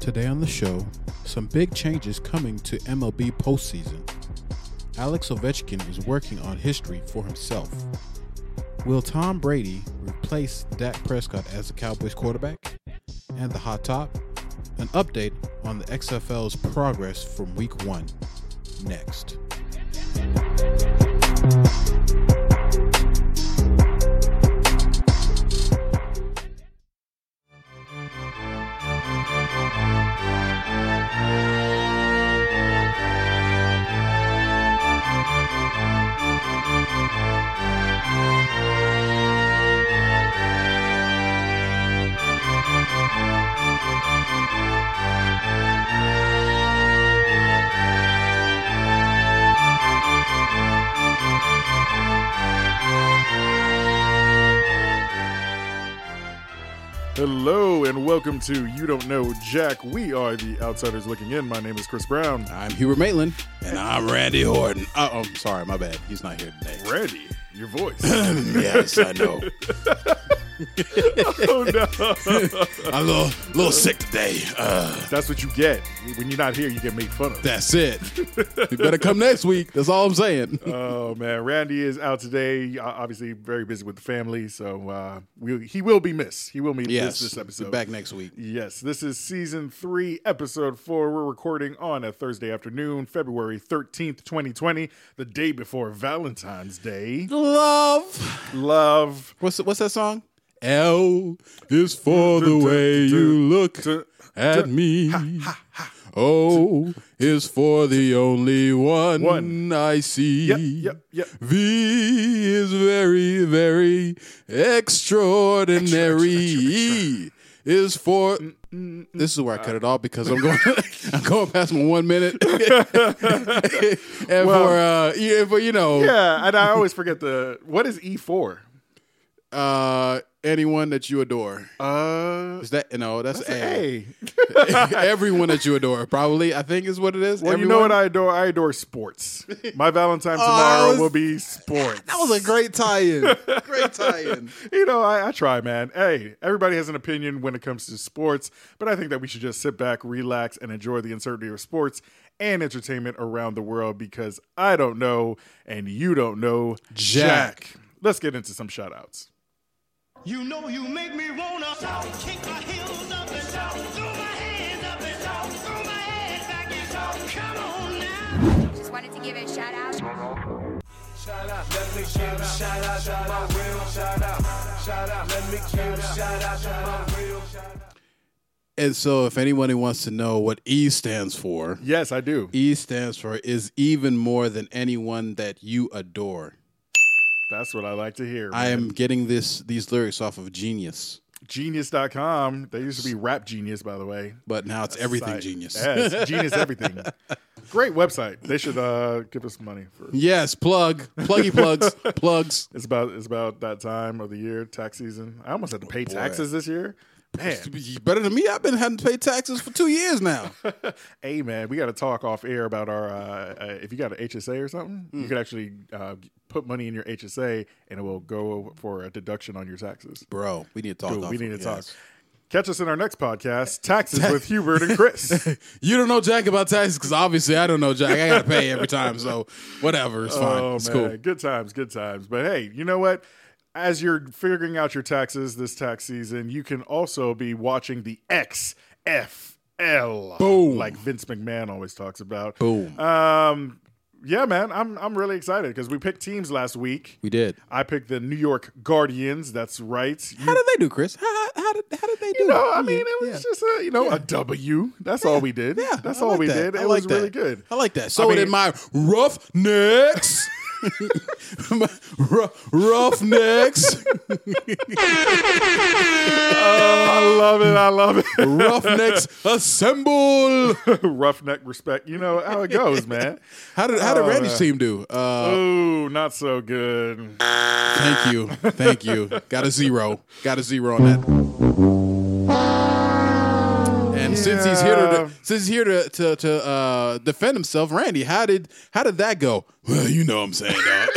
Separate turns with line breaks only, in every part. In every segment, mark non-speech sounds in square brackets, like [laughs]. Today on the show, some big changes coming to MLB postseason. Alex Ovechkin is working on history for himself. Will Tom Brady replace Dak Prescott as the Cowboys quarterback? And the hot top, an update on the XFL's progress from week one. Next.
Hello and welcome to You Don't Know Jack. We are the Outsiders Looking In. My name is Chris Brown.
I'm Hubert Maitland. And I'm Randy Horton. Uh, oh, I'm sorry, my bad. He's not here today.
Ready? Your
[clears throat]
voice.
[laughs] yes, I know.
oh no.
I'm [laughs] a little, little sick today. Uh,
That's what you get. When you're not here, you get made fun of.
that's it. You better come next week. That's all I'm
[laughs]
saying.
Oh man, Randy is out today. Uh, Obviously, very busy with the family, so uh, we, he will be missed. He will be
yes,
missed this episode.
back next week.
Yes, this is season three, episode four. We're recording on a Thursday afternoon, February 13th, 2020, the day before Valentine's Day.
Love.
Love.
What's what's that song? L is for the way you look at me. O is for the only one
One.
I see.
Yep, yep, yep.
V is very, very extraordinary. E is for.
Mm,
This is where
Uh,
I cut it off because I'm going. [laughs] I'm going past my one minute. [laughs] and for uh, yeah, for you know,
Yeah, and I always forget the what is E for?
uh, anyone that you adore.
Uh,
Is that no? That's, A.
hey.
[laughs] Everyone that you adore, probably. I think is what it is.
Well, you know what I adore? I adore sports. My Valentine
[laughs] Oh,
tomorrow
I was-
will be sports.
That was a great
[laughs]
tie-in. great tie-in.
You know, I, I try, man. Hey, everybody has an opinion when it comes to sports, but I think that we should just sit back, relax, and enjoy the uncertainty of sports and entertainment around the world because I don't know and you don't know
Jack.
Let's get into some shout outs.
You know you make me wanna shout, kick my heels up and shout, throw my hands up and shout, throw my head back and shout, come on now.
Just wanted to give a shout out.
Shout out, let me give a shout out to my real shout out. Shout out, let me give a shout out to my real shout out.
And so, if anyone who wants to know what E stands for,
Yes, I do.
E stands for is even more than anyone that you adore.
That's what I like to hear.
I
man.
am getting this these lyrics off of Genius,
Genius.com. They used to be Rap Genius, by the way.
but now it's everything
Site.
Genius.
Yes, Genius Everything.
[laughs]
Great website. They should uh, give us money for.
Yes, plug, pluggy [laughs] plugs, plugs.
It's about it's about that time of the year, tax season. I almost had to
Oh,
pay taxes this year. Man,
Better than me. I've been having to pay taxes for two years now. [laughs]
hey man, we got to talk off air about our. Uh, uh, if you got an HSA or something,
Hmm.
you could actually uh, put money in your HSA and it will go for a deduction on your taxes.
Bro, we need to talk.
Dude, we
off-
need to talk.
yes.
Catch us in our
[laughs]
next podcast, Taxes with Hubert and Chris.
You don't know Jack about taxes because obviously I don't know Jack. I gotta pay every time, so whatever. It's fine.
Oh
it's
man,
cool.
good times, good times. But hey, you know what? As you're figuring out your taxes this tax season, you can also be watching the XFL,
Boom.
like Vince McMahon always talks about.
Boom.
Um, yeah, man, I'm I'm really excited because we picked teams last week.
We did.
I picked the New York Guardians. That's right. You-
How did they do, Chris? How, how, how did how did they do?
you know, I
Yeah.
mean, it was
Yeah.
just a you know a W. That's all we did.
Yeah,
that's
I
all
like
we
that.
did. It
I
was
like
really
that. [laughs]
good.
I like that. So
mean-
did my rough [laughs] necks. rough necks.
Oh, I love it. I love it. [laughs]
rough necks assemble.
Roughneck respect. You know how it goes, man.
How did how did
Oh,
Randy's team
man.
do? Uh,
Oh, not so good.
Thank you. Thank you. Got a zero. Got a zero on that. And since he's here
Yeah.
to since he's here to to, to uh, defend himself, Randy, how did how did that go? Well, you know what I'm saying, dog.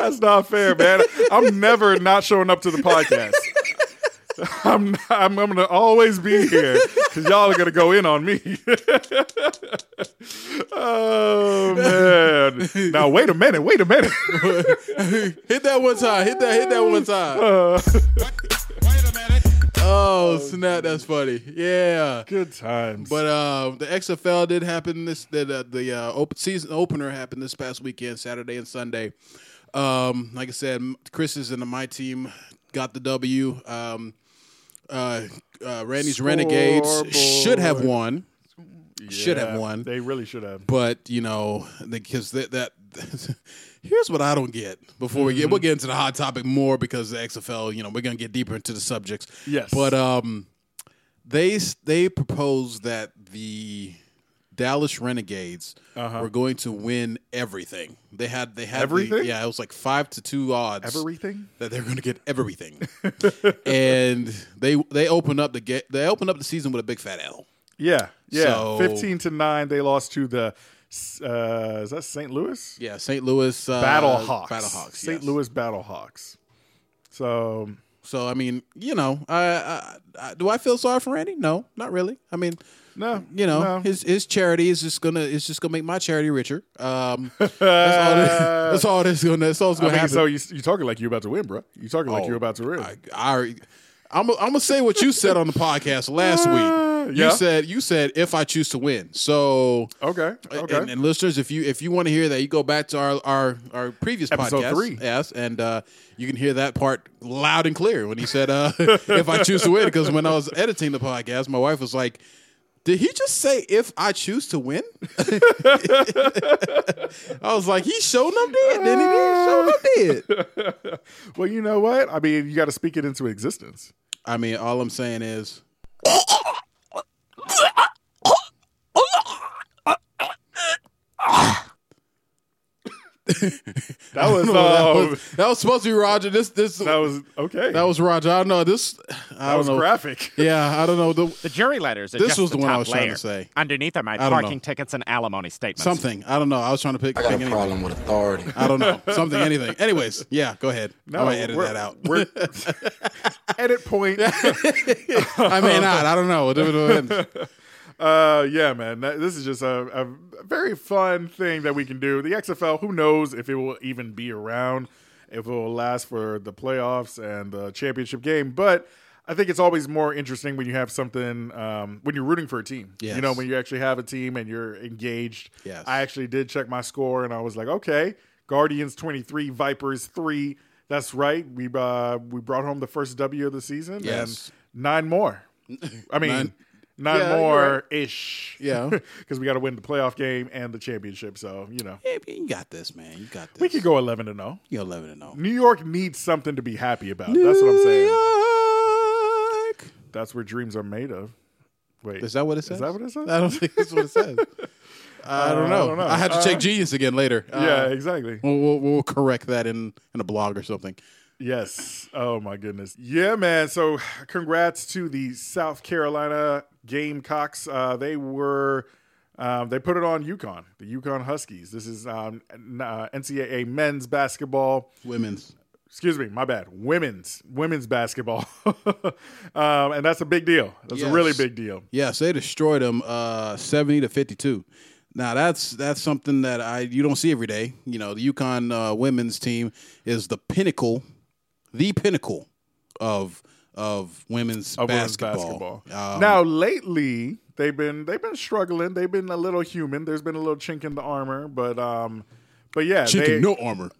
That's not fair, man. I'm never not showing up to the podcast. [laughs] I'm, I'm, I'm going to always be here because y'all are going to go in on me. [laughs] oh, man. Now, wait a minute. Wait a minute.
[laughs]
[laughs]
Hit that one time. Hit that. Hit that one time.
Wait a minute.
Oh snap! That's funny. Yeah.
Good times.
But uh, the XFL did happen this the the, the uh, open season opener happened this past weekend, Saturday and Sunday. Um, like I said, m- Chris is in the my team got the W. Um, uh, uh, Randy's Renegades should have won, should have
Yeah,
won,
They really should have.
but you know because that that. [laughs] Here's what I don't get. Before we get, we'll get into the hot topic more because the XFL. You know, we're gonna get deeper into the subjects.
Yes.
but um, they they proposed that the Dallas Renegades
Uh-huh.
were going to win everything. They had they had the-
Everything?
yeah, it was like five to two odds
Everything?
that they're going to get
[laughs]
everything, and they they opened up the get they opened up the season with a big fat L.
Yeah. Yeah.
So-
15 to 9, they lost to the, uh, is that St. Louis?
Yeah, St. Louis uh,
Battle Hawks.
Battle Hawks,
St.
yes.
Louis Battle Hawks. So
So I mean, you know, I, I, I do I feel sorry for Randy? No, not really. I mean,
no,
you know,
no.
his his charity is just gonna it's just gonna make my charity richer.
[laughs]
Um, that's all. that- That's all that's gonna that's all that's
I
gonna
mean,
happen.
so you you talking like you're about to win, bro? You talking like you're about to win?
Oh, I, I, I'm, I'm gonna say what you said on the podcast last week.
[laughs] Yeah.
You said you said if I choose to win. So
okay, okay.
and, and listeners, if you if you want to hear that, you go back to our our, our previous
Episode
podcast,
three.
yes, and uh, you can hear that part loud and clear when he said, uh, [laughs] "If I choose to win," because when I was editing the podcast, my wife was like. Did he just say if I choose to win? [laughs] I was like, he showed them did, didn't he? He showed them did.
well, you know what? I mean, you got to speak it into
[laughs]
existence.
I mean, all I'm saying is [laughs]
That
[laughs]
was,
that,
um,
was, that was supposed to be Roger. This this
that was okay.
that was Roger. I don't know this. I
that
don't
was
know.
graphic.
Yeah, I don't know the
The jury letters are
This
just
was the one I
top
was trying to
layer.
say.
Underneath are my
don't
parking
know.
tickets and alimony statements.
something. I don't know. I was trying to pick.
I got
pick
a
anything.
problem with authority.
I don't
[laughs]
know something anything. Anyways, yeah, go ahead. I might edit
we're-
that out.
we're-
[laughs]
[laughs] edit point.
I may not. I don't
[laughs]
know.
Uh, yeah, man. That, this is just a, a very fun thing that we can do. The XFL, who knows if it will even be around, if it will last for the playoffs and the championship game. But I think it's always more interesting when you have something, um, when you're rooting for a team.
Yes.
You know, when you actually have a team and you're engaged.
Yes.
I actually did check my score and I was like, okay, Guardians 23, Vipers 3. That's right. We uh, we brought home the first W of the season
Yes.
and nine more. I mean,
Nine.
nine,
Yeah, you're
more
right.
ish.
Yeah.
[laughs] because we got to win the playoff game and the championship. So you know,
Yeah, you got this, man. You got this.
we could go eleven oh. to zero.
You're eleven and oh. zero.
New York needs something to be happy about. That's what I'm saying.
York.
That's where dreams are made of. Wait,
Is that what it says?
Is that what it says? Uh,
I don't think that's what it
[laughs]
says. I don't know. I,
don't know.
have to check Genius again later. Uh,
yeah, exactly.
We'll, we'll, we'll correct that in, in a blog or something.
Yes. Oh my goodness. Yeah, man. So, congrats to the South Carolina Gamecocks. Uh, they were. Um, they put it on UConn, the UConn Huskies. This is um, N- uh, NCAA men's basketball.
Women's.
excuse me, my bad. Women's women's basketball, [laughs] um, and that's a big deal. That's
Yes.
a really big deal.
Yes, they destroyed them uh, seventy to fifty two. Now that's that's something that I you don't see every day. You know, the Yukon uh, women's team is the pinnacle, the pinnacle of of women's,
Of women's
basketball.
basketball.
Um,
now lately, they've been they've been struggling. They've been a little human. There's been a little chink in the armor, but um, but yeah,
chicken
they-
no armor.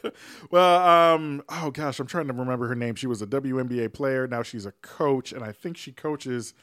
[laughs] well, um, oh gosh, I'm trying to remember her name. She was a WNBA player. Now she's a coach, and I think she coaches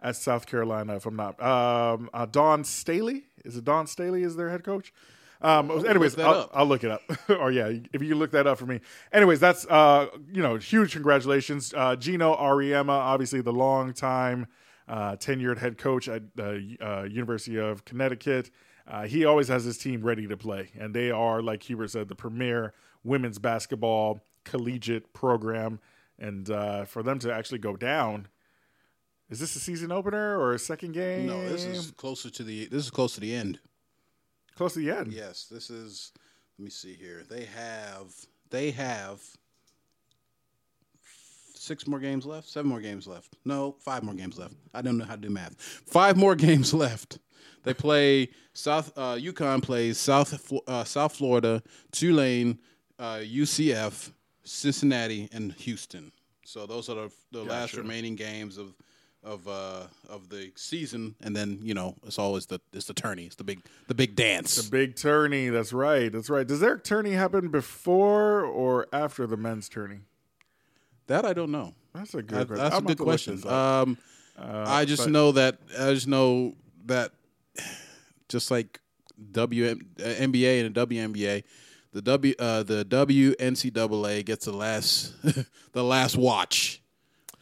at South Carolina, if I'm not. Um, uh, Dawn Staley is it Dawn Staley is their head coach? Um, anyways,
that
I'll,
up.
I'll look it up. [laughs] or yeah, if you look that up for me. Anyways, that's uh, you know, huge congratulations, uh, Gino Ariema, obviously the long time uh, tenured head coach at the uh, University of Connecticut. Uh, he always has his team ready to play, and they are, like Hubert said, the premier women's basketball collegiate program. And uh, for them to actually go down, is this a season opener or a second game?
No, this is closer to the this is close to the end.
close to the end.
Yes, this is. Let me see here. They have they have six more games left, seven more games left. No, five more games left. I don't know how to do math. Five more [laughs] games left. They play South. Uh, UConn plays South Flo- uh, South Florida, Tulane, uh, UCF, Cincinnati, and Houston. So those are the, the last
Gotcha.
remaining games of of uh, of the season, and then you know it's always the it's the tourney, it's the big the big dance.
Big tourney. That's right. That's right. Does their tourney happen before or after the men's tourney?
that I don't know.
That's a
That-
good question.
That's a good
I'm gonna have to look
question.
this up.
Um,
Uh,
I just know that I just know that [sighs] just like WM, uh, NBA and the WNBA, the W uh, the WNCAA gets the last [laughs] the last watch,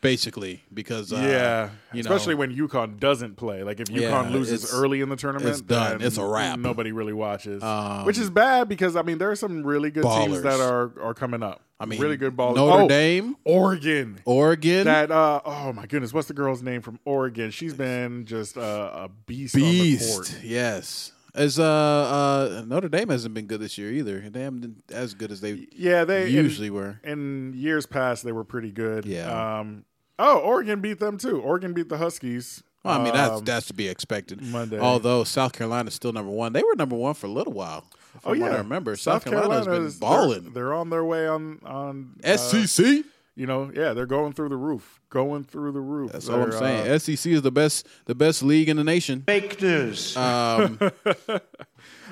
basically because uh,
yeah,
you
especially
know,
when UConn doesn't play. Like if UConn
Yeah,
loses
it's-
early in the tournament,
it's done.
then
It's a wrap. Um,
Nobody really watches, which is bad because I mean there are some really good teams
Ballers.
that are are coming up.
I mean
really good ball.
Notre
oh,
Dame,
Oregon.
Oregon,
That uh oh my goodness, what's the girl's name from Oregon? She's been just uh, a beast, on the
beast,
court.
yes. As uh, uh, Notre Dame hasn't been good this year either. They haven't been as good as they
Yeah, they in-
usually were.
in years past they were pretty good.
Yeah.
Um. Oh, Oregon beat them too. Oregon beat the Huskies.
Well, I mean that's
Um,
that's to be expected.
Monday.
Although South Carolina's still number one, they were number one for a little while. From
oh yeah,
what I remember South, Carolina's
Carolina's-
been balling. E
They're, they're on their way on on uh,
SEC.
you know, yeah, they're going through the roof, going through the roof.
that's all I'm
They're,
saying.
uh,
SEC is the best the best league in the nation.
Fake news.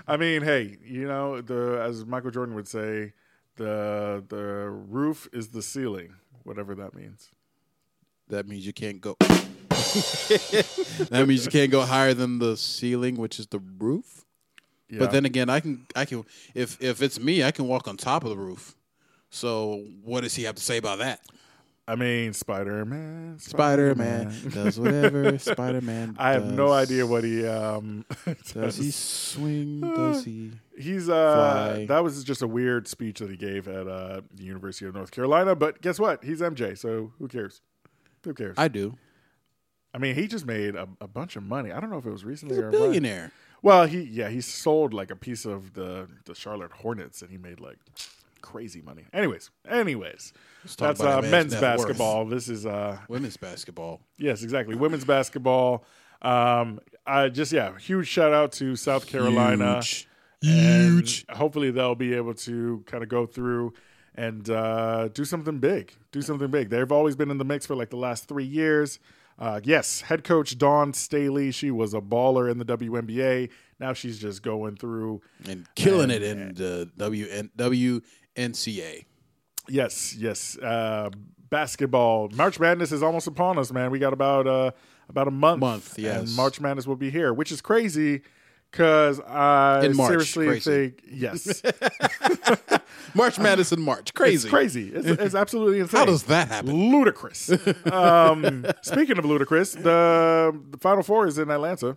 I mean, hey, you know, the as Michael Jordan would say, the the roof is the ceiling, whatever that means.
That means you can't go. [laughs] that means you can't go higher than the ceiling, which is the roof.
Yeah.
But then again, I can I can if if it's me, I can walk on top of the roof. So what does he have to say about that?
I mean, Spider Man.
Spider Man does whatever Spider Man.
[laughs] I have no idea what he um [laughs]
Does he swing?
Ah.
Does he?
He's uh
Fly.
that was just a weird speech that he gave at uh the University of North Carolina, but guess what? He's MJ, so who cares? Who cares? I,
I do.
mean, he just made a, a bunch of money. I don't know if it was recently
He's a
or money.
billionaire.
Well, he yeah, he sold like a piece of the the Charlotte Hornets and he made like crazy money. Anyways, anyways.
talk
That's
about
uh,
a man's
men's
net worth.
basketball. This is uh
Women's basketball.
Yes, exactly. Women's basketball. Um, I just yeah, huge shout out to South Carolina.
Huge.
And
Huge.
hopefully they'll be able to kind of go through and uh, do something big. Do something big. They've always been in the mix for like the last three years. Uh, yes, head coach Dawn Staley. She was a baller in the WNBA. Now she's just going through.
And killing it in the WN, WNCA.
Yes, yes. Uh, basketball. March Madness is almost upon us, man. We got about uh, about a month.
Month,
And
yes.
March Madness will be here, which is crazy because I
In March,
seriously
crazy.
think yes,
March Madness in March. Crazy.
Ah. it's crazy. It's, it's absolutely
[laughs]
insane.
How does that happen?
Ludicrous.
[laughs]
um, speaking of ludicrous, the, the Final Four is in Atlanta,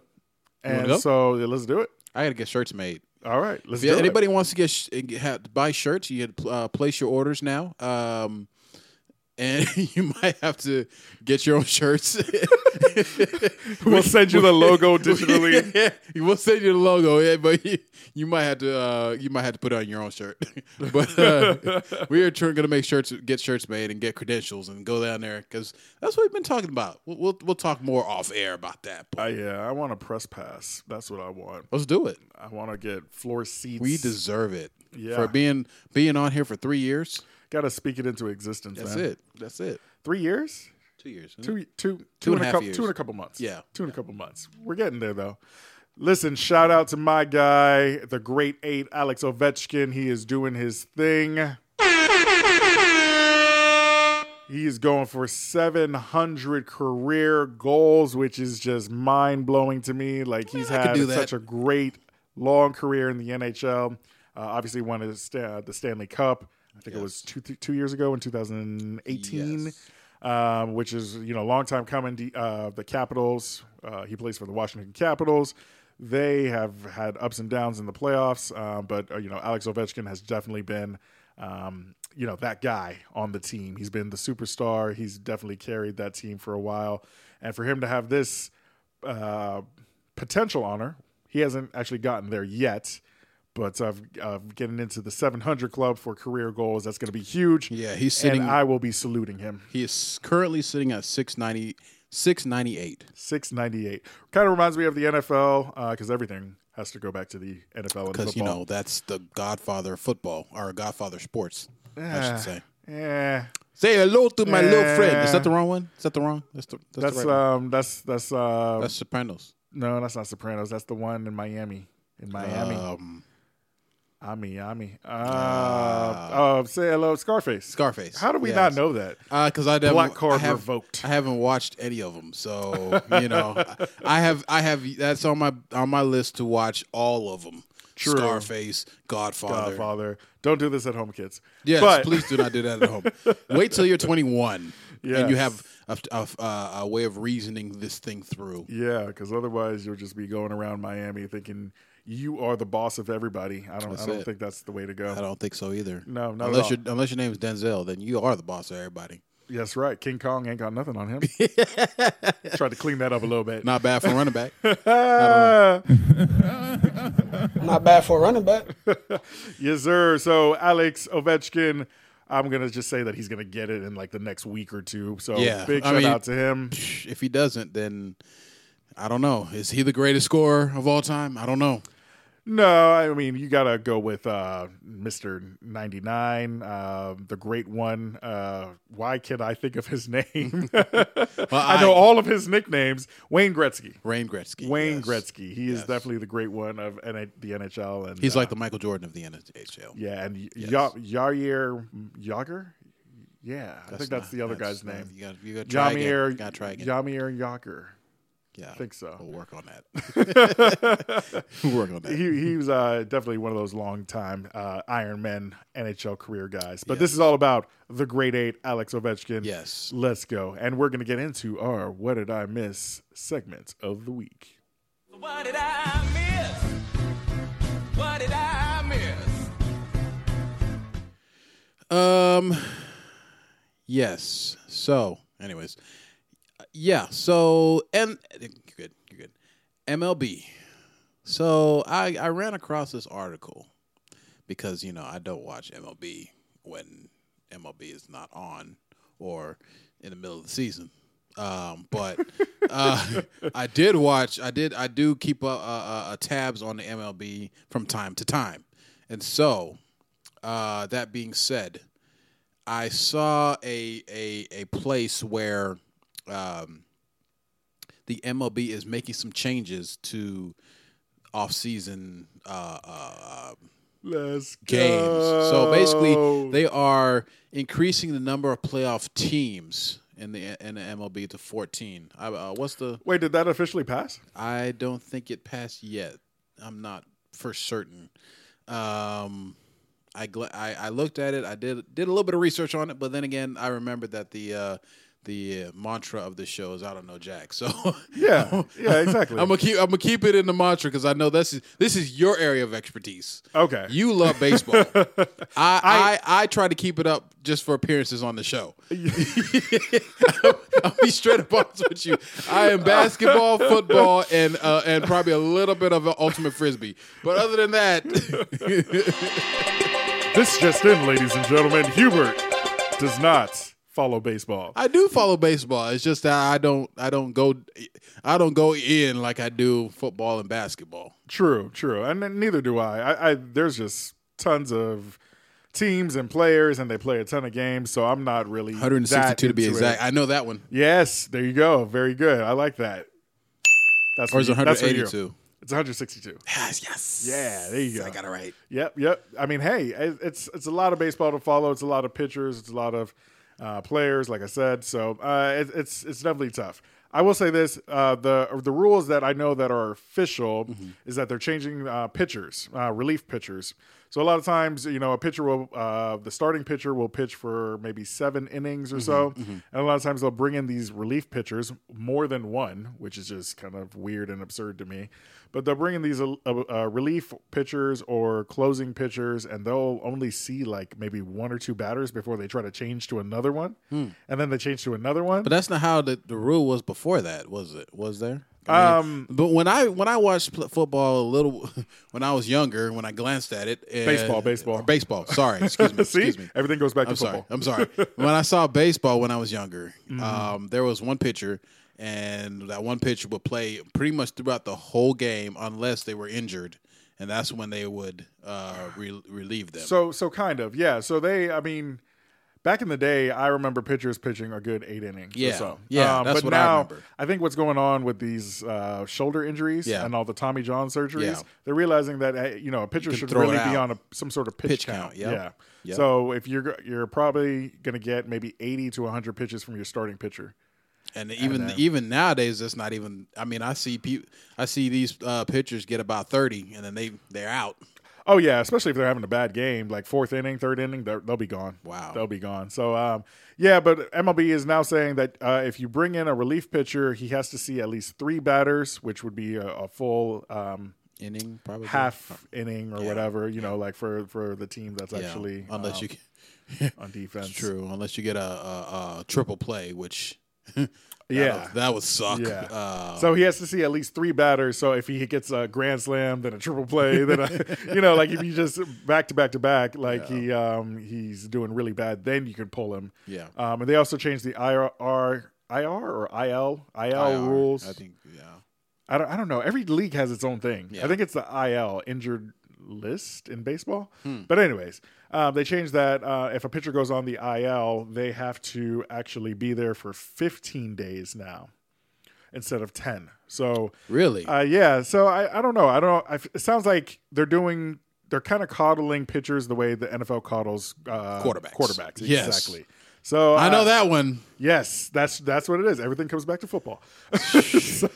wanna
and
go?
so yeah, let's do it.
I got to get shirts made.
All right, let's
If
do
anybody wants to get sh- ha- buy shirts, you had uh, place your orders now. Um, and [laughs] you might have to get your own shirts. [laughs]
it. We'll send you the logo digitally.
yeah, [laughs] we'll send you the logo, yeah, but you, you might have to uh, you might have to put on your own shirt. [laughs] but
[laughs]
uh, we are trying to make shirts, get shirts made, and get credentials, and go down there because that's what we've been talking about. We'll we'll, we'll talk more off air about that. But
Uh, yeah, I want a press pass. That's what I want.
let's do it.
I want to get floor seats.
We deserve it
Yeah.
for being being on here for three years.
Got to speak it into existence.
That's
man.
it. That's it.
Three years?
Two years.
Two, two, two
Two and
and
a
a
half
couple,
years.
two and a couple months.
Yeah.
two and a couple months. We're getting there though. Listen, shout out to my guy, the great eight, Alex Ovechkin. He is doing his thing. He is going for 700 career goals, which is just mind blowing to me. Like he's
I could
had
do that.
such a great long career in the NHL. Uh, obviously, won his, sta- the Stanley Cup. I think it was two two years ago in 2018,
Yes.
um, which is you know a long time coming. The, uh, the Capitals. Uh, he plays for the Washington Capitals. They have had ups and downs in the playoffs, uh, but uh, you know Alex Ovechkin has definitely been. Um, you know that guy on the team. He's been the superstar. He's definitely carried that team for a while, and for him to have this uh, potential honor. He hasn't actually gotten there yet, But I've, I'm getting into the 700 club for career goals. That's going to be huge.
Yeah, he's sitting-
And I will be saluting him.
He is currently sitting at 690, 698.
698. Kind of reminds me of the NFL because uh, everything has to go back to the NFL and
Because, you
football.
know, that's the godfather of football or godfather of sports, I should say.
yeah,
Say hello to my little friend.
Yeah.
Is that the wrong one? Is that the wrong? That's the, that's
that's
the right one.
um, that's that's uh,
That's Sopranos.
no, that's not Sopranos. That's the one in Miami. In Miami,
Um,
Ami, Ami. Uh, uh, say hello, Scarface.
Scarface,
How do we
yes.
not know that?
because uh, I haven't-
Black card
I have,
revoked.
I haven't watched any of them, so
[laughs]
you know, I- I have, I have. That's on my on my list to watch all of them.
True.
Scarface, Godfather.
Godfather. uh, Don't do this at home, kids.
Yes,
But-
please do not do that at
[laughs]
home. Wait till you're 21 and you
Yes.
have a, a, a, a way of reasoning this thing through.
Yeah, because otherwise you'll just be going around Miami thinking you are the boss of everybody. I don't. I don't
it.
think that's the way to
I
go.
don't think so either.
No, not at
unless
all.
your unless your name is Denzel, then you are the boss of everybody.
Yes, right. King Kong ain't got nothing
[laughs]
on him. [laughs] Tried to clean that up a little bit.
Not bad for running
[laughs]
back.
Ah,
Not bad for a running back.
yes, sir. So Alex Ovechkin, I'm gonna just say that he's gonna get it in like the next week or two. So
Yeah,
big
I
shout
mean-
out to him.
if he doesn't, then I don't know. Is he the greatest scorer of all time? I don't know.
No, I mean you gotta go with uh, Mr. 99, uh, the great one. Uh, why can't I think of his [laughs] name? I, know all of his nicknames. Wayne Gretzky.
Wayne Gretzky.
Wayne
yes.
Gretzy. He is definitely the great one of N- the NHL, and
He's
uh,
like the Michael Jordan of the NHL.
yeah, and Ya- Yair Yager. Yeah, I think that's
not-
the other
that's
guy's
not-
name.
You got you got try again.
Yamir
You Gotta try again.
Yamir Yager.
yeah, I
think so.
We'll work on that.
[laughs]
we'll work on that.
He
[laughs]
he was uh, definitely one of those long time uh, Iron Men NHL career guys. But this is all about the great eight, Alex Ovechkin.
Yes.
let's go, and we're gonna get into our "What Did I Miss" segment of the week.
What did I miss? What did I miss?
Um. Yes. So, anyways, yeah. So, and you're good. You're good. MLB. So I I ran across this article because you know I don't watch MLB when MLB is not on or in the middle of the season. Um, but uh, [laughs] I did watch. I did. I do keep uh, uh, uh, tabs on the MLB from time to time, and so uh, that being said, I saw a a, a place where um, the MLB is making some changes to off-season uh, uh,
Let's
games.
go.
So basically, they are increasing the number of playoff teams in the in the MLB to fourteen. I, uh, what's the?
wait, did that officially pass?
I don't think it passed yet. I'm not for certain. Um, I, gl- I I looked at it. I did did a little bit of research on it, but then again, I remembered that the uh, the mantra of the show is I don't know Jack. So [laughs]
Yeah, yeah, exactly.
I'm gonna keep I'm gonna keep it in the mantra because I know this is this is your area of expertise.
Okay.
you love
[laughs]
baseball. I, I I try to keep it up just for appearances on the
[laughs]
show. I'll be straight up honest with you. I am basketball, football, and uh, and probably a little bit of an ultimate frisbee. But other than that,
This just in, ladies and gentlemen, Hubert does not follow baseball.
I do follow baseball. It's just that I don't I don't go I don't go in like I do football and basketball.
True, true, and then neither do I. I, I. There's just tons of teams and players, and they play a ton of games. So I'm not really
162
that
to be
into it.
exact. I know that one.
Yes, there you go. Very good. I like that. That's
Or is it
what you- that's what you-
182?
It's 162.
Yes, yes.
Yeah, there you go.
I got it right.
Yep, yep. I mean, hey, it- it's it's a lot of baseball to follow. It's a lot of pitchers. It's a lot of uh, players. Like I said, so uh, it, it's it's definitely tough. I will say this: uh, the the rules that I know that are official
Mm-hmm.
is that they're changing uh, pitchers, uh, relief pitchers. So a lot of times, you know, a pitcher will uh, the starting pitcher will pitch for maybe seven innings or so,
Mm-hmm,
and a lot of times they'll bring in these relief pitchers, more than one, which is just kind of weird and absurd to me. But they'll bring in these uh, uh, relief pitchers or closing pitchers, and they'll only see like maybe one or two batters before they try to change to another
Hmm.
one, and then they change to another one.
But that's not how the, the rule was before that, was it? Was there? I
Um,
but when I when I watched pl- football a little [laughs] when I was younger, when I glanced at it, and-
Baseball, baseball.
or baseball. Sorry, excuse me,
[laughs] See,
excuse me.
everything goes back to
I'm sorry.
football. Mm-hmm.
I'm sorry.
[laughs]
when I saw baseball when I was younger, um, there was one pitcher, and that one pitcher would play pretty much throughout the whole game unless they were injured, and that's when they would uh, re- relieve them.
So so kind of yeah. So they, I mean, back in the day, I remember pitchers pitching a good eight innings. or
Yeah.
so. Um,
Yeah, that's
but
what I
now,
remember.
I think what's going on with these uh, shoulder injuries
Yeah.
and all the Tommy John surgeries,
Yeah.
they're realizing that hey, you know a pitcher
can
should
throw it
really be
out.
on a, some sort of pitch,
Pitch count, yep.
Yeah.
Yep.
So if you're go- you're probably going to get maybe eighty to hundred pitches from your starting pitcher.
And even even nowadays, that's not even. I mean, I see people. I see these uh, pitchers get about thirty, and then they they're out.
Oh yeah, especially if they're having a bad game, like fourth inning, third inning, they're- they'll be gone.
Wow.
they'll be gone. So um, yeah, but MLB is now saying that uh, if you bring in a relief pitcher, he has to see at least three batters, which would be a, a full um,
Inning probably
half inning or whatever, you know, like for for the team that's
Yeah,
actually
unless
um,
you
on defense.
true, unless you get a, a, a triple play, which [laughs]
Yeah.
that would suck.
Yeah.
Uh,
so he has to see at least three batters. So if he gets a grand slam, then a triple play, [laughs] then a, you know, like if he just back to back to back, like he um he's doing really bad, then you can pull him.
Yeah.
Um, and they also changed the IR IR or IL IL
IR,
rules.
I think yeah.
I don't I don't know. Every league has its own thing.
Yeah.
I think it's the IL injured list in baseball.
Hmm.
But anyways, um, they changed that. Uh, if a pitcher goes on the IL, they have to actually be there for 15 days now instead of 10. So
Really?
uh, yeah. So I, I don't know. I don't. I, it sounds like they're doing. They're kind of coddling pitchers the way the NFL coddles uh,
Quarterbacks.
Quarterbacks.
Yes.
Exactly. So
I know
uh,
that one.
Yes, that's that's what it is. Everything comes back to football. [laughs] so,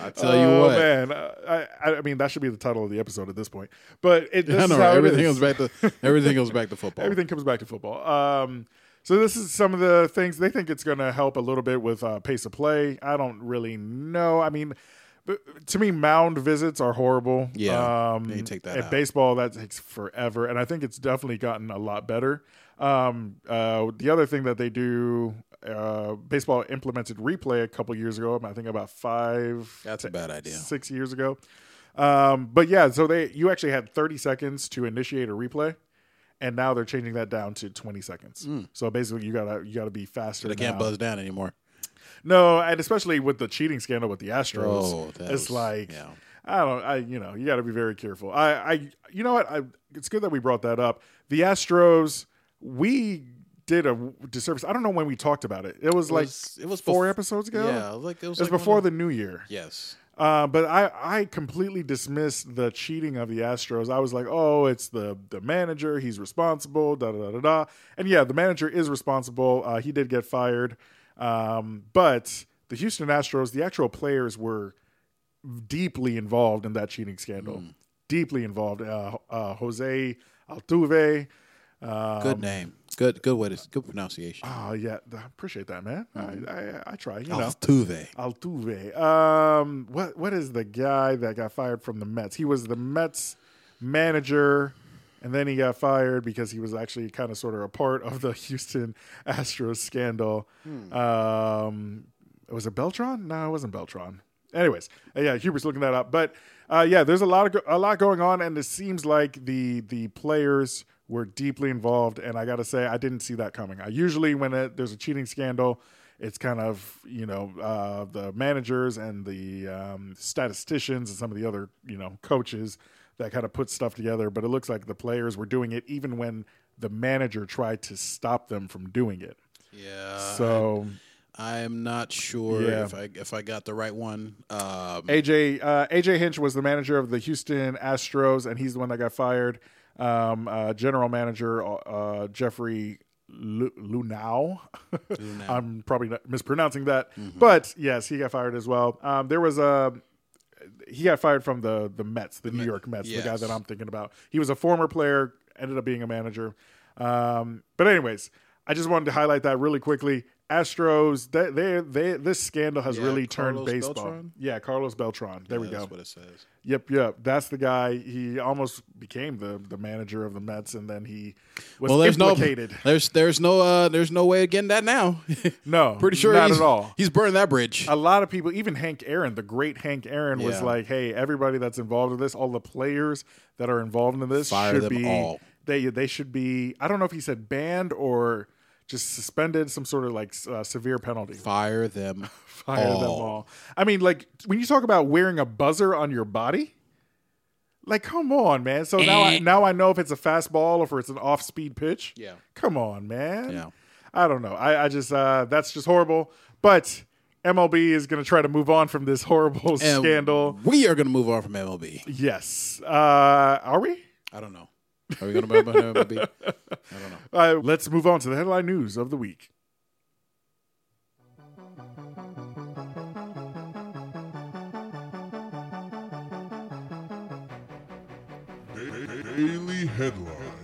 I tell you
oh,
what.
man. Uh, I, I mean, that should be the title of the episode at this point. But it, this
[laughs] I
is
know
how
right?
it
everything
is.
goes back to everything goes
[laughs]
back to football.
Everything comes back to football. Um, so this is some of the things they think it's going to help a little bit with uh, pace of play. I don't really know. I mean, but to me, mound visits are horrible.
Yeah,
um,
they can take that
At
out.
baseball, that takes forever, and I think it's definitely gotten a lot better. Um, uh, the other thing that they do, uh, baseball implemented replay a couple years ago. I think about five
That's a bad idea.
six years ago. Um, but yeah, so they you actually had 30 seconds to initiate a replay, and now they're changing that down to 20 seconds. So basically, you gotta you gotta be faster.
Hmm. They can't
now.
buzz down anymore.
No, and especially with the cheating scandal with the Astros,
Oh, that
it's
was-
like
yeah.
I don't, I you know, you got to be very careful. I, I, you know what? I, it's good that we brought that up. The Astros, we did a disservice. I don't know when we talked about it. It was like
was- it was
four
bef-
episodes ago.
Yeah, it was like- it was
it was
like one
before
of-
the New Year.
Yes.
Uh, but I, I completely dismissed the cheating of the Astros. I was like, oh, it's the the manager. He's responsible. Da da da da. da. And yeah, the manager is responsible. Uh, he did get fired. Um, but the Houston Astros, the actual players were deeply involved in that cheating scandal. Deeply involved. Uh, uh, Jose Altuve.
Good name. Good good way to good pronunciation.
Oh yeah, Um, I appreciate that, man. I, I I try. You
Oh,
know.
Altuve.
Altuve. Um, what what is the guy that got fired from the Mets? He was the Mets manager, and then he got fired because he was actually kind of sort of a part of the [laughs] Houston Astros scandal. Um, was it Beltron? No, it wasn't Beltron. Anyways, uh, yeah, Hubert's looking that up. But uh, yeah, there's a lot of go- a lot going on, and it seems like the the players were deeply involved. And I got to say, I didn't see that coming. I usually when it, there's a cheating scandal, it's kind of you know uh, the managers and the um, statisticians and some of the other you know coaches that kind of put stuff together. But it looks like the players were doing it even when the manager tried to stop them from doing it.
Yeah.
So.
I am not sure
Yeah.
if I if I got the right one. Um,
AJ uh, AJ Hinch was the manager of the Houston Astros, and he's the one that got fired. Um, uh, General manager uh, Jeffrey Lu- Lunau. [laughs] I'm probably not mispronouncing that,
Mm-hmm.
but yes, he got fired as well. Um, there was a he got fired from the the Mets, the New York Mets. The guy
yes.
that I'm thinking about. He was a former player, ended up being a manager. Um, but anyways, I just wanted to highlight that really quickly. Astros, they, they, they, this scandal has
Yeah,
really turned
Carlos
baseball.
Beltran?
Yeah, Carlos Beltran. There we
Yeah,
go.
That's what it says.
Yep, yep. That's the guy. He almost became the the manager of the Mets, and then he was
Well, there's
implicated.
no, there's there's no, uh, there's no way of getting that now.
No,
[laughs] pretty sure
not
he's,
at all.
He's burned that bridge.
a lot of people, even Hank Aaron, the great Hank Aaron, was
Yeah.
like, "Hey, everybody that's involved in this, all the players that are involved in this,
Fire
should
them
be
all."
they they should be. I don't know if he said banned or just suspended, some sort of like uh, severe
[laughs]
penalty.
Fire them.
Fire them
Oh.
all. I mean, like when you talk about wearing a buzzer on your body, like come on, man. So now I, now I know if it's a fastball or if it's an off-speed pitch.
Eh. Yeah.
Come on,
[laughs]
man.
Yeah.
I don't know. I, I just uh, that's just horrible. But MLB is going to try to move on from this [laughs] horrible
And
scandal.
We are going to move on from MLB.
Yes. Uh, are we?
I don't know. Are we going to move on from [laughs] MLB?
Uh, let's move on to the headline news of the week.
Daily headline.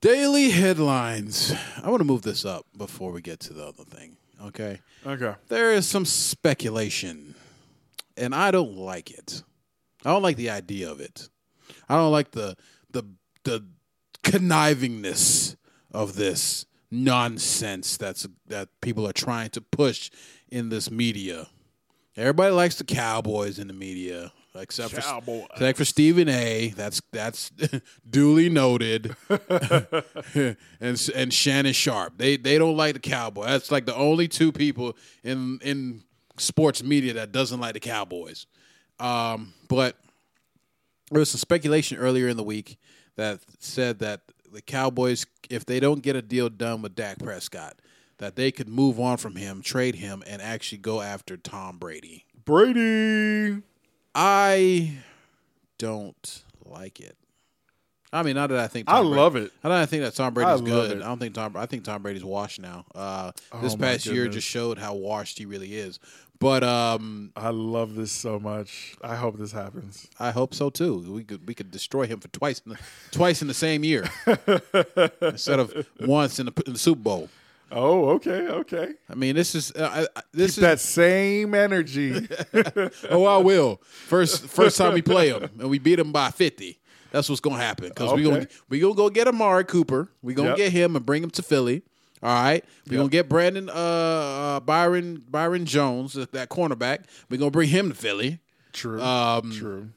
Daily headlines. I want to move this up before we get to the other thing. Okay.
Okay.
There is some speculation, and I don't like it. I don't like the idea of it. I don't like the the the connivingness of this nonsense that's that people are trying to push in this media. Everybody likes the Cowboys in the media, except
Cowboys.
for except for Stephen A. That's that's [laughs] duly noted, and and Shannon Sharp. They they don't like the Cowboys. That's like the only two people in in sports media that doesn't like the Cowboys. Um, but there was some speculation earlier in the week that said that the Cowboys, if they don't get a deal done with Dak Prescott, that they could move on from him, trade him, and actually go after Tom Brady.
Brady.
I don't like it. I mean, not that I think Tom
I
Brady-
love it.
I don't think that Tom Brady's
love
good.
it.
I don't think Tom. I think Tom Brady's washed now. Uh, this
Oh, my
past year
goodness.
just showed how washed he really is. But um,
I love this so much. I hope this happens.
I hope so too. We could we could destroy him for twice in the, twice in the same
[laughs]
year instead of once in the, in the Super Bowl.
Oh, okay, okay.
I mean, this is uh, I- I, this is
that same energy.
oh I will first first time we play him and we beat him by fifty. That's what's gonna happen because we gonna
Okay.
we gonna go get Amari Cooper. We gonna
Yep.
get him and bring him to Philly. All right, we
Yep.
gonna get Brandon uh, uh Byron Byron Jones that that cornerback. We gonna bring him to Philly.
[laughs] True.
Um,
True.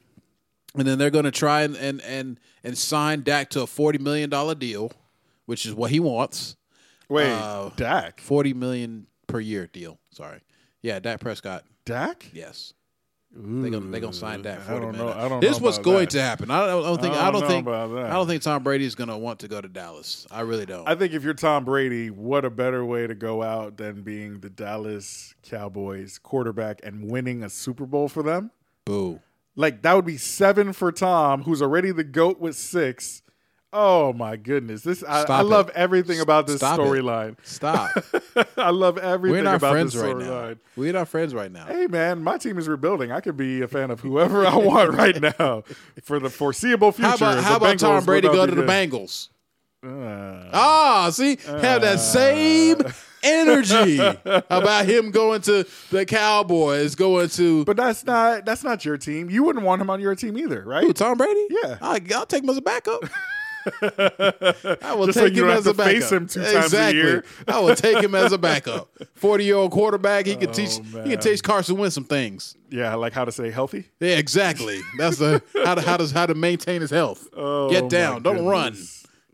and then they're going to try and, and and and sign Dak to a forty million dollar deal, which is what he wants.
Wait,
uh,
Dak.
Forty million per year deal. Sorry, yeah, Dak Prescott.
Dak?
Yes, they're gonna they gonna sign Dak.
I
40
don't
million.
know- I don't
This
know
what's
about
going
that.
to happen. I don't, I don't think.
I
I
don't
don't,
know
think.
about that.
I don't think Tom Brady's gonna want to go to Dallas. I really don't.
I think if you're Tom Brady, what a better way to go out than being the Dallas Cowboys quarterback and winning a Super Bowl for them? [laughs]
Boo.
Like that would be seven for Tom, who's already the goat with six. Oh my goodness! This I,
Stop
I
it.
love everything about this
Stop it.
storyline. [laughs]
Stop.
I love everything
We're not
about
friends
this
right
storyline.
now. We're not friends right now.
hey man, my team is rebuilding. I could be a fan of whoever I
[laughs]
want right now for the foreseeable future.
How about
as
how
the Uh,
about Tom
Bengals
Brady
will
go
not
to
be
the
good.
Bengals? ah, see, have
uh,
that
[laughs]
same energy about him going to the Cowboys, going to
But that's not that's not your team. You wouldn't want him on your team either, right?
Who, Tom Brady.
Yeah.
I, I'll take him as a
[laughs]
backup. I will
Just so
take
you
him
don't
as
have
a
to
backup.
face him two times a
exactly.
year.
I will take him as a
[laughs]
backup. Forty year old quarterback. He can teach. He
Oh, man.
can teach Carson Wentz some things.
yeah, like how to stay healthy.
Yeah, exactly. That's the how to how to how to maintain his
[laughs]
health.
Oh,
Get down. Don't run.
run.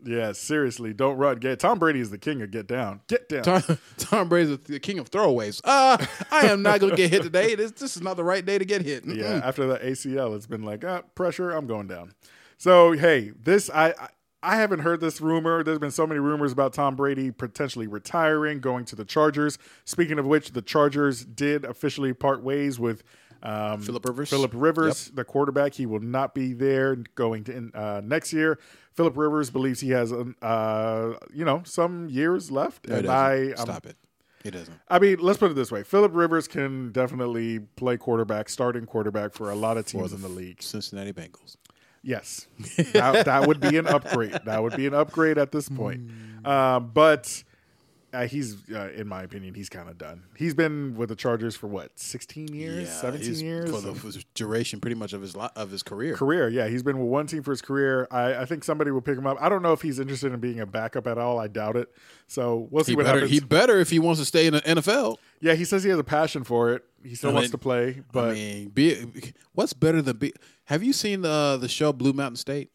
Yeah, seriously, don't run. Get Tom Brady is the king of get down. Get down.
Tom, [laughs] Tom Brady's the king of throwaways. Uh, I am not gonna get hit today. This this is not the right day to get hit. Mm-mm.
yeah, after the ACL, it's been like ah, pressure. I'm going down. So hey, this I. I I haven't heard this rumor. There's been so many rumors about Tom Brady potentially retiring, going to the Chargers. Speaking of which, the Chargers did officially part ways with um,
Phillip Rivers.
Phillip Rivers, the quarterback, he will not be there going to in, uh, next year. Philip Rivers believes he has, um, uh, you know, some years left,
No, he
and
doesn't.
I um, I'm-
stop it. It doesn't.
I mean, let's put it this way: Philip Rivers can definitely play quarterback, starting quarterback for a lot of teams in the league.
Cincinnati Bengals.
Yes, that, that would be an upgrade. That would be an upgrade at this point.
Hmm.
Uh, but uh, he's, uh, in my opinion, he's kind of done. He's been with the Chargers for what, sixteen years, seventeen
he's-
years
for the for the duration, pretty much of his li- of his career.
career. Yeah, he's been with one team for his career. I, I think somebody will pick him up. I don't know if he's interested in being a backup at all. I doubt it. So we'll see
He
what
better,
happens.
he better if he wants to stay in the NFL.
yeah, he says he has a passion for it. He still
I
wants
mean-
to play, but
I mean, be, what's better than be? Have you seen the the show Blue Mountain
[laughs]
State?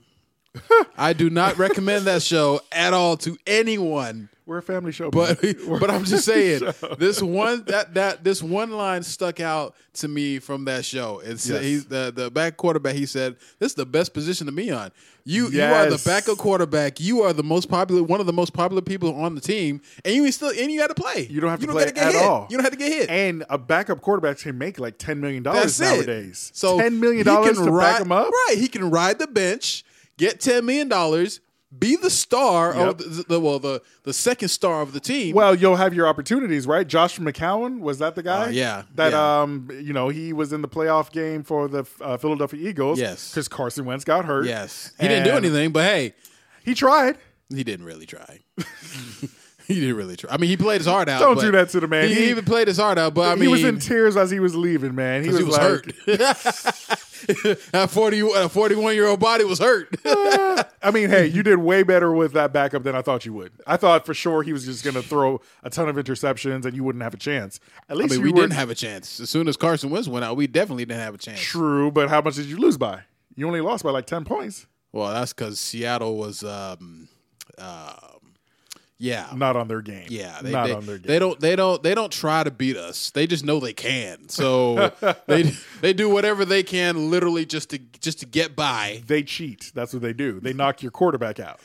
I do not recommend that show at all to anyone.
we're a family show.
But
man.
[laughs] but I'm just saying this one that that this one line stuck out to me from that show. It's
Yes.
he's the the back quarterback. He said, "This is the best position to be on. You you are
Yes.
the backup quarterback. You are the most popular, one of the most popular people on the team, and you ain't still and you got to play.
You don't have to play
gotta get
at
hit.
all.
You don't have to get hit.
And a backup quarterback can make like ten million dollars
That's
nowadays.
it. So
ten million
he
dollars
can
to
ride,
back him up.
Right, he can ride the bench, get ten million dollars, be the star
Yep.
of the, the well the the second star of the team.
Well, you'll have your opportunities, right? Josh McCown was that the guy?
Uh, yeah,
that
yeah.
um, you know, he was in the playoff game for the uh, Philadelphia Eagles.
Yes.
because Carson Wentz got hurt.
yes, he didn't do
And
anything, but hey,
He tried.
he didn't really try. [laughs] he didn't really try. I mean, he played his heart out.
Don't
but
do that to the man.
He,
He-
even played his heart out, but I mean,
he was in tears as he was leaving, man. He was,
he was
like,
hurt. [laughs] That forty, a forty-one year old body was
[laughs]
hurt.
I mean, hey, you did way better with that backup than I thought you would. I thought for sure he was just going to throw a ton of interceptions and you wouldn't have a chance. At
I
least
mean,
you
we
were-
didn't have a chance. As soon as Carson Wentz went out, we definitely didn't have a chance.
True, but how much did you lose by? You only lost by like 10 points.
Well, that's because Seattle was, um, um, yeah,
Not on their game.
yeah. They,
Not
they,
on their game.
they don't, they don't, they don't try to beat us. They just know they can. So [laughs] they they do whatever they can, literally just to just to get by.
They cheat. That's what they do. They knock your quarterback out.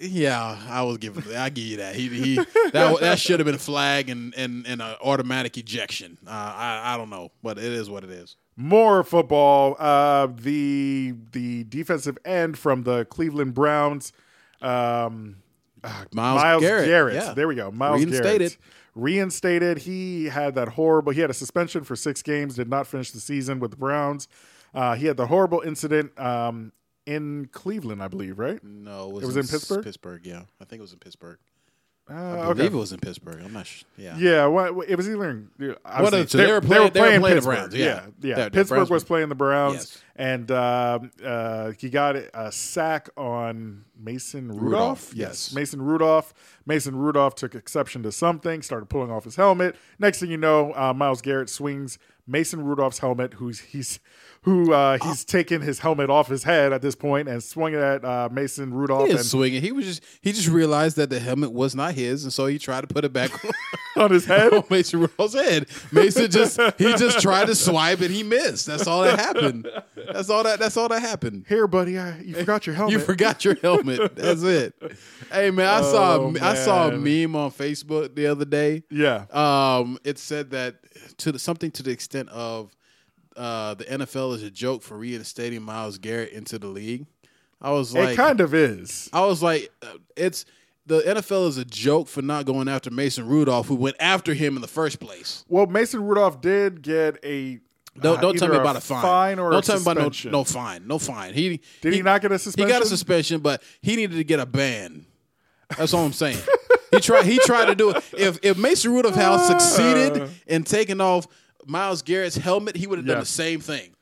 Yeah, I was giving. I give you that. He, [laughs] he that that should have been a flag and and and an automatic ejection. Uh, I I don't know, but it is what it is.
More football. Uh, the the defensive end from the Cleveland Browns, um,
Miles,
Miles Garrett.
Garrett. yeah.
There we go. Miles
Reinstated.
Garrett. Reinstated. He had that horrible. He had a suspension for six games. Did not finish the season with the Browns. Uh, he had the horrible incident um, in Cleveland, I believe. Right?
No, it was,
It was in
s-
Pittsburgh?
Pittsburgh, yeah. I think it was in Pittsburgh.
Uh,
I believe it was in Pittsburgh. I'm not sure. Yeah.
Yeah, what, it was either in,
of the two. They were playing- they were playing the Browns, yeah.
yeah, yeah.
The- the
Pittsburgh
Browns
was
were-
playing the Browns,
Yes.
and um uh, he got a sack on Mason Rudolph.
Rudolph,
Yes.
yes.
Mason Rudolph. Mason Rudolph took exception to something, started pulling off his helmet. Next thing you know, uh, Miles Garrett swings Mason Rudolph's helmet, who's he's who uh, he's taken his helmet off his head at this point and swung it at uh, Mason Rudolph
He
and
didn't swing it. He was just he just realized that the helmet was not his, and so he tried to put it [laughs] back on
[laughs] on his
[laughs]
head.
Oh, Mason Rudolph's head. Mason just he just tried to swipe and he missed. That's all that happened. That's all that that's all that happened.
Here, buddy, I, you forgot your helmet.
You forgot your helmet. That's it. Hey man, I saw
Oh,
I saw a
man.
meme on Facebook the other day.
Yeah.
Um, it said that to the, something to the extent of uh, the NFL is a joke for reinstating Miles Garrett into the league. I was like,
it kind of is.
I was like, uh, it's the NFL is a joke for not going after Mason Rudolph, who went after him in the first place.
Well, Mason Rudolph did get a.
Don't,
uh,
don't tell
either
me about a fine.
or
don't
a
tell me about
suspension.
no, no fine. No fine. He
Did he not get a
He got
suspension?
a suspension, but he needed to get a ban. That's all I'm saying. he tried. He tried to do it. If if Mason Rudolph had
Uh,
succeeded in taking off Miles Garrett's helmet, he would have done
Yeah.
the same thing.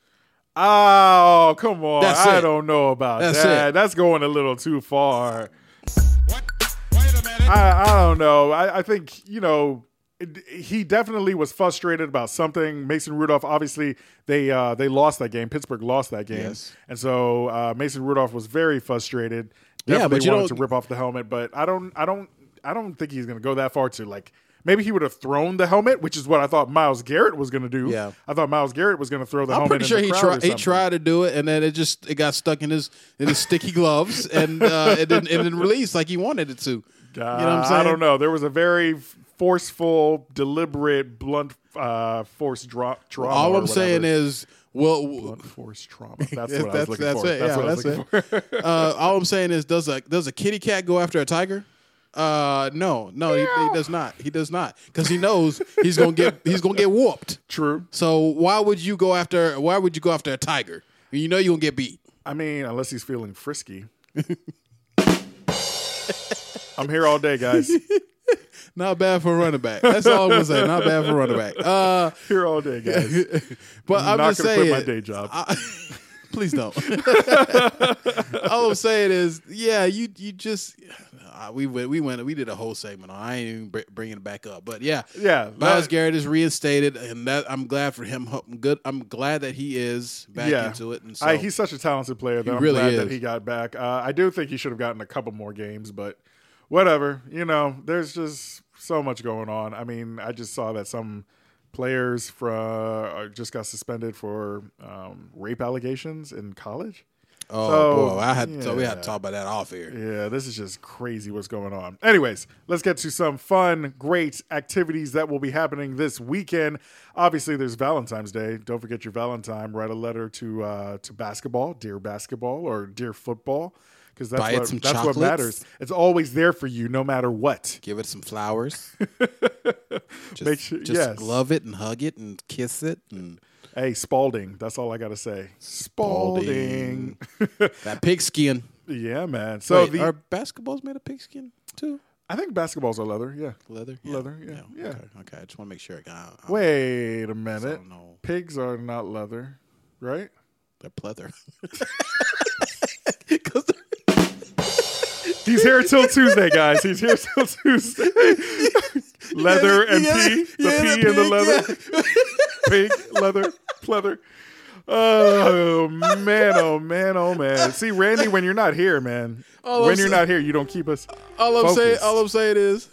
Oh, come on!
That's
I
it.
don't know about
That's
that.
it.
That's going a little too far.
Wait a minute.
I, I don't know. I, I think you know. it- He definitely was frustrated about something. Mason Rudolph, obviously, they uh, they lost that game. Pittsburgh lost that game,
Yes.
and so uh, Mason Rudolph was very frustrated.
Yeah,
Definitely
but you
wanted
don't-
to rip off the helmet, but I don't, I don't, I don't think he's going to go that far to like. Maybe he would have thrown the helmet, which is what I thought Miles Garrett was going to do.
Yeah.
I thought Miles Garrett was going to throw the
I'm
helmet.
pretty sure
in the
he
crowd or
tried. He
something.
tried to do it, and then it just it got stuck in his in his sticky gloves, and uh, it didn't it didn't release like he wanted it to. You know what I'm
Uh,
saying?
I don't know. There was a very forceful, deliberate, blunt uh, force dra- trauma.
All
or
I'm saying
whatever.
is, well,
blunt force
[laughs]
trauma. That's
If
what I was looking
that's
for.
it.
That's
yeah,
what I was
that's
looking
it. uh, all I'm saying is, does a does a kitty cat go after a tiger? Uh, no, no, he, he does not. He does not because he knows he's gonna get he's gonna get whooped.
True.
So why would you go after why would you go after a tiger? You know you're gonna get beat.
I mean, unless he's
[laughs]
feeling frisky. I'm here all
[laughs]
day, guys.
Not bad for a running back. That's all I'm gonna say. Not bad for a running back. Uh,
Here all day, guys.
but I'm,
I'm not
just
gonna
saying,
quit my day job.
please don't. [laughs] all I'm saying is, yeah, you you just uh, we went we went we did a whole segment on. it. I ain't even br- bringing it back up, but yeah,
Yeah,
Miles
that-
Garrett is reinstated, and that I'm glad for him. Ho- Good, I'm glad that he is back into it, and so
I, he's such a talented player that I'm
really
glad
is.
that he got back. Uh, I do think he should have gotten a couple more games, but whatever. You know, there's just so much going on. I mean, I just saw that some players from just got suspended for um, rape allegations in college.
oh
so,
boy, I had so we had to
yeah.
talk about that off air.
Yeah, this is just crazy what's going on. Anyways, let's get to some fun, great activities that will be happening this weekend. Obviously, there's Valentine's Day. Don't forget your Valentine. Write a letter to uh, to basketball, dear basketball, or dear football, because that's
Buy it
what
some
that's
chocolates.
what matters. It's always there for you, no matter what.
Give it some
[laughs]
flowers. just,
Make sure-
just
yes.
glove it and hug it and kiss it and
Hey, Spalding. That's all I gotta say. Spalding. [laughs]
that pigskin.
yeah, man. So
So Wait,
the
are basketballs made of pigskin too?
I think basketballs are leather. Yeah.
Leather,
Leather, yeah, yeah.
Okay, okay. I just want to make sure. I, uh, I, I-
Wait a minute.
know.
Pigs are not leather, right?
They're pleather. [laughs] 'Cause they're-
He's here till Tuesday, guys. He's here
[laughs]
till Tuesday. leather and
Yeah,
pee. The
yeah,
pee and the
pig,
leather. [laughs] Pig, leather, pleather. Oh man, oh man, oh man. See, Randy, when you're not here, man.
All Oh, I'm
when you're
saying-
not here, you don't
[laughs]
keep us.
All I'm saying,
Focus.
all I'm saying [laughs] is,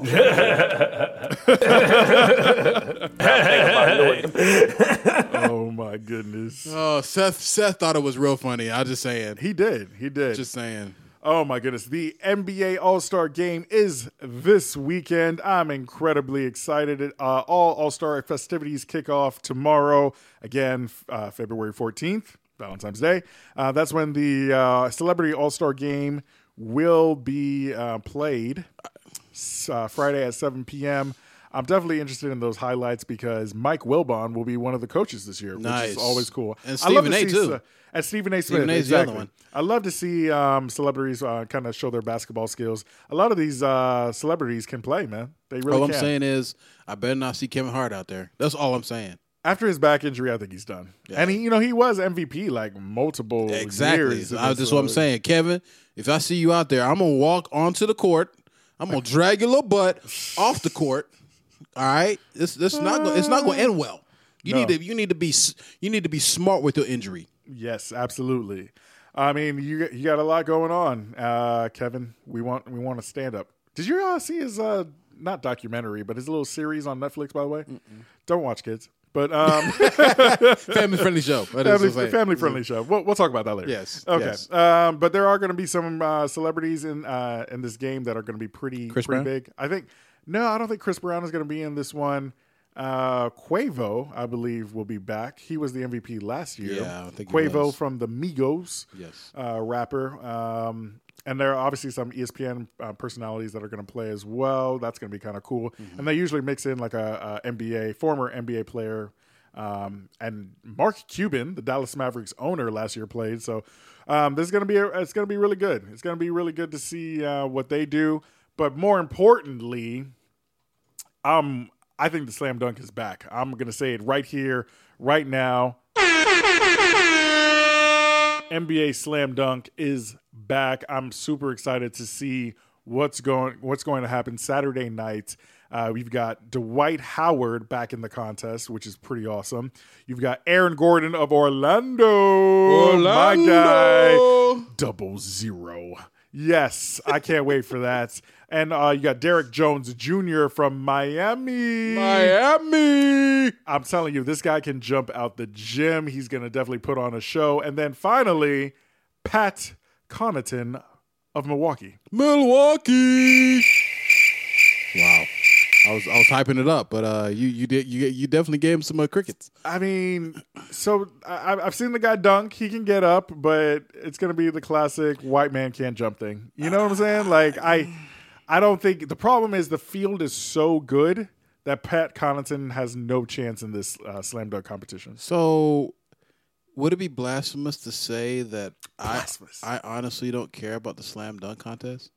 Oh my goodness.
oh, Seth, Seth thought it was real funny. I just saying,
He did. He did.
just saying.
Oh my goodness. The NBA All Star game is this weekend. I'm incredibly excited. Uh, all All Star festivities kick off tomorrow, again, f- uh, February 14th, Valentine's Day. Uh, that's when the uh, Celebrity All Star game will be uh, played s- uh, Friday at 7 p.m. I'm definitely interested in those highlights because Mike Wilbon will be one of the coaches this year, which
Nice.
is always cool.
And
I love
Stephen
to
A,
see
too.
s- and Stephen A. Smith.
Stephen A's the other
exactly.
one.
I love to see um, celebrities uh, kind of show their basketball skills. A lot of these uh, celebrities can play, man. They really
all Oh, I'm
can.
saying is, I better not see Kevin Hart out there. That's all I'm saying.
After his back injury, I think he's done. And he, you know, he was MVP like multiple
Exactly.
years. in
I,
this,
that's what I'm
uh,
saying, Kevin. If I see you out there, I'm gonna walk onto the court. I'm gonna drag your little butt off the court. All right. It's it's not go- it's not gonna end well. You need to you need to be s- you need to be smart with your injury.
Yes, absolutely. I mean, you you got a lot going on, uh, Kevin. We want we want to stand up. Did you uh, see his uh, not documentary, but his little series on Netflix? By the way, don't watch kids. But um, [laughs]
Family friendly show. That is what I'm
family,
saying.
family friendly show. We'll, we'll talk about that later.
Yes,
Okay.
yes.
Um, but there are going to be some uh, celebrities in uh, in this game that are going to be pretty
Chris
pretty
Brown?
big. I think. No, I don't think Chris Brown is going to be in this one. Uh, Quavo, I believe, will be back. He was the MVP last year.
Yeah, I think he
Quavo
was.
from the Migos.
Yes.
Uh, rapper. Um, and there are obviously some ESPN uh, personalities that are going to play as well. That's going to be kind of cool. And they usually mix in like a, a NBA former NBA player. Um, and Mark Cuban, the Dallas Mavericks owner, last year played. So um, this is going to be a, it's going to be really good. It's going to be really good to see uh, what they do. But more importantly, um, I think the slam dunk is back. I'm going to say it right here, right now. NBA Slam Dunk is back. I'm super excited to see what's going what's going to happen Saturday night. Uh, we've got Dwight Howard back in the contest, which is pretty awesome. You've got Aaron Gordon of Orlando, my guy, double zero. Yes, I can't wait for that. And uh, you got Derek Jones Jr. from Miami.
Miami.
I'm telling you, this guy can jump out the gym. He's going to definitely put on a show. And then finally, Pat Connaughton of Milwaukee.
Milwaukee. Wow. I was I was hyping it up, but uh, you you did you you definitely gave him some uh, crickets.
I mean, so I, I've seen the guy dunk. He can get up, but it's going to be the classic white man can't jump thing. You know what I'm saying? Like, I. I don't think the problem is the field is so good that Pat Connaughton has no chance in this uh, slam dunk competition.
So, would it be blasphemous to say that I,
Blasphemous.
I honestly don't care about the slam dunk contest?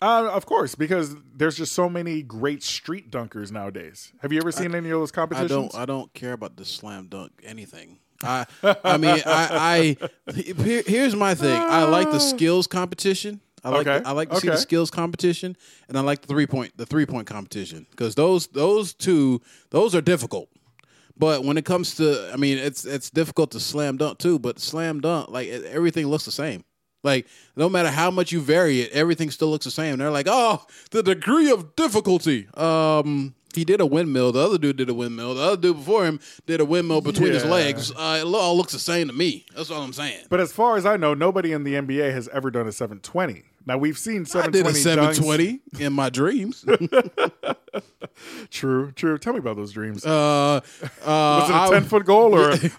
Uh, of course, because there's just so many great street dunkers nowadays. Have you ever seen any of those
I
competitions?
don't. I don't care about the slam dunk anything. I. I mean, I. I [laughs] here, here's my thing. I like the skills competition. I like.
Ah. Okay,
I like to see the
okay.
skills competition, and I like the three point the three point competition because those those two those are difficult. But when it comes to, I mean, it's it's difficult to slam dunk too. But slam dunk, like it, everything looks the same. Like no matter how much you vary it, everything still looks the same. They're like, oh, the degree of difficulty. Um, he did a windmill. The other dude did a windmill. The other dude before him did a windmill between his
Yeah.
legs. Uh, it lo- all looks the same to me. That's all I'm saying.
but as far as I know, nobody in the NBA has ever done a 720. Now we've seen
I did
720.
a
dunks.
720 in my
[laughs]
dreams.
True, true. Tell me about those dreams.
Uh, uh,
[laughs] was it
I-
a 10 foot
[laughs]
goal or an 8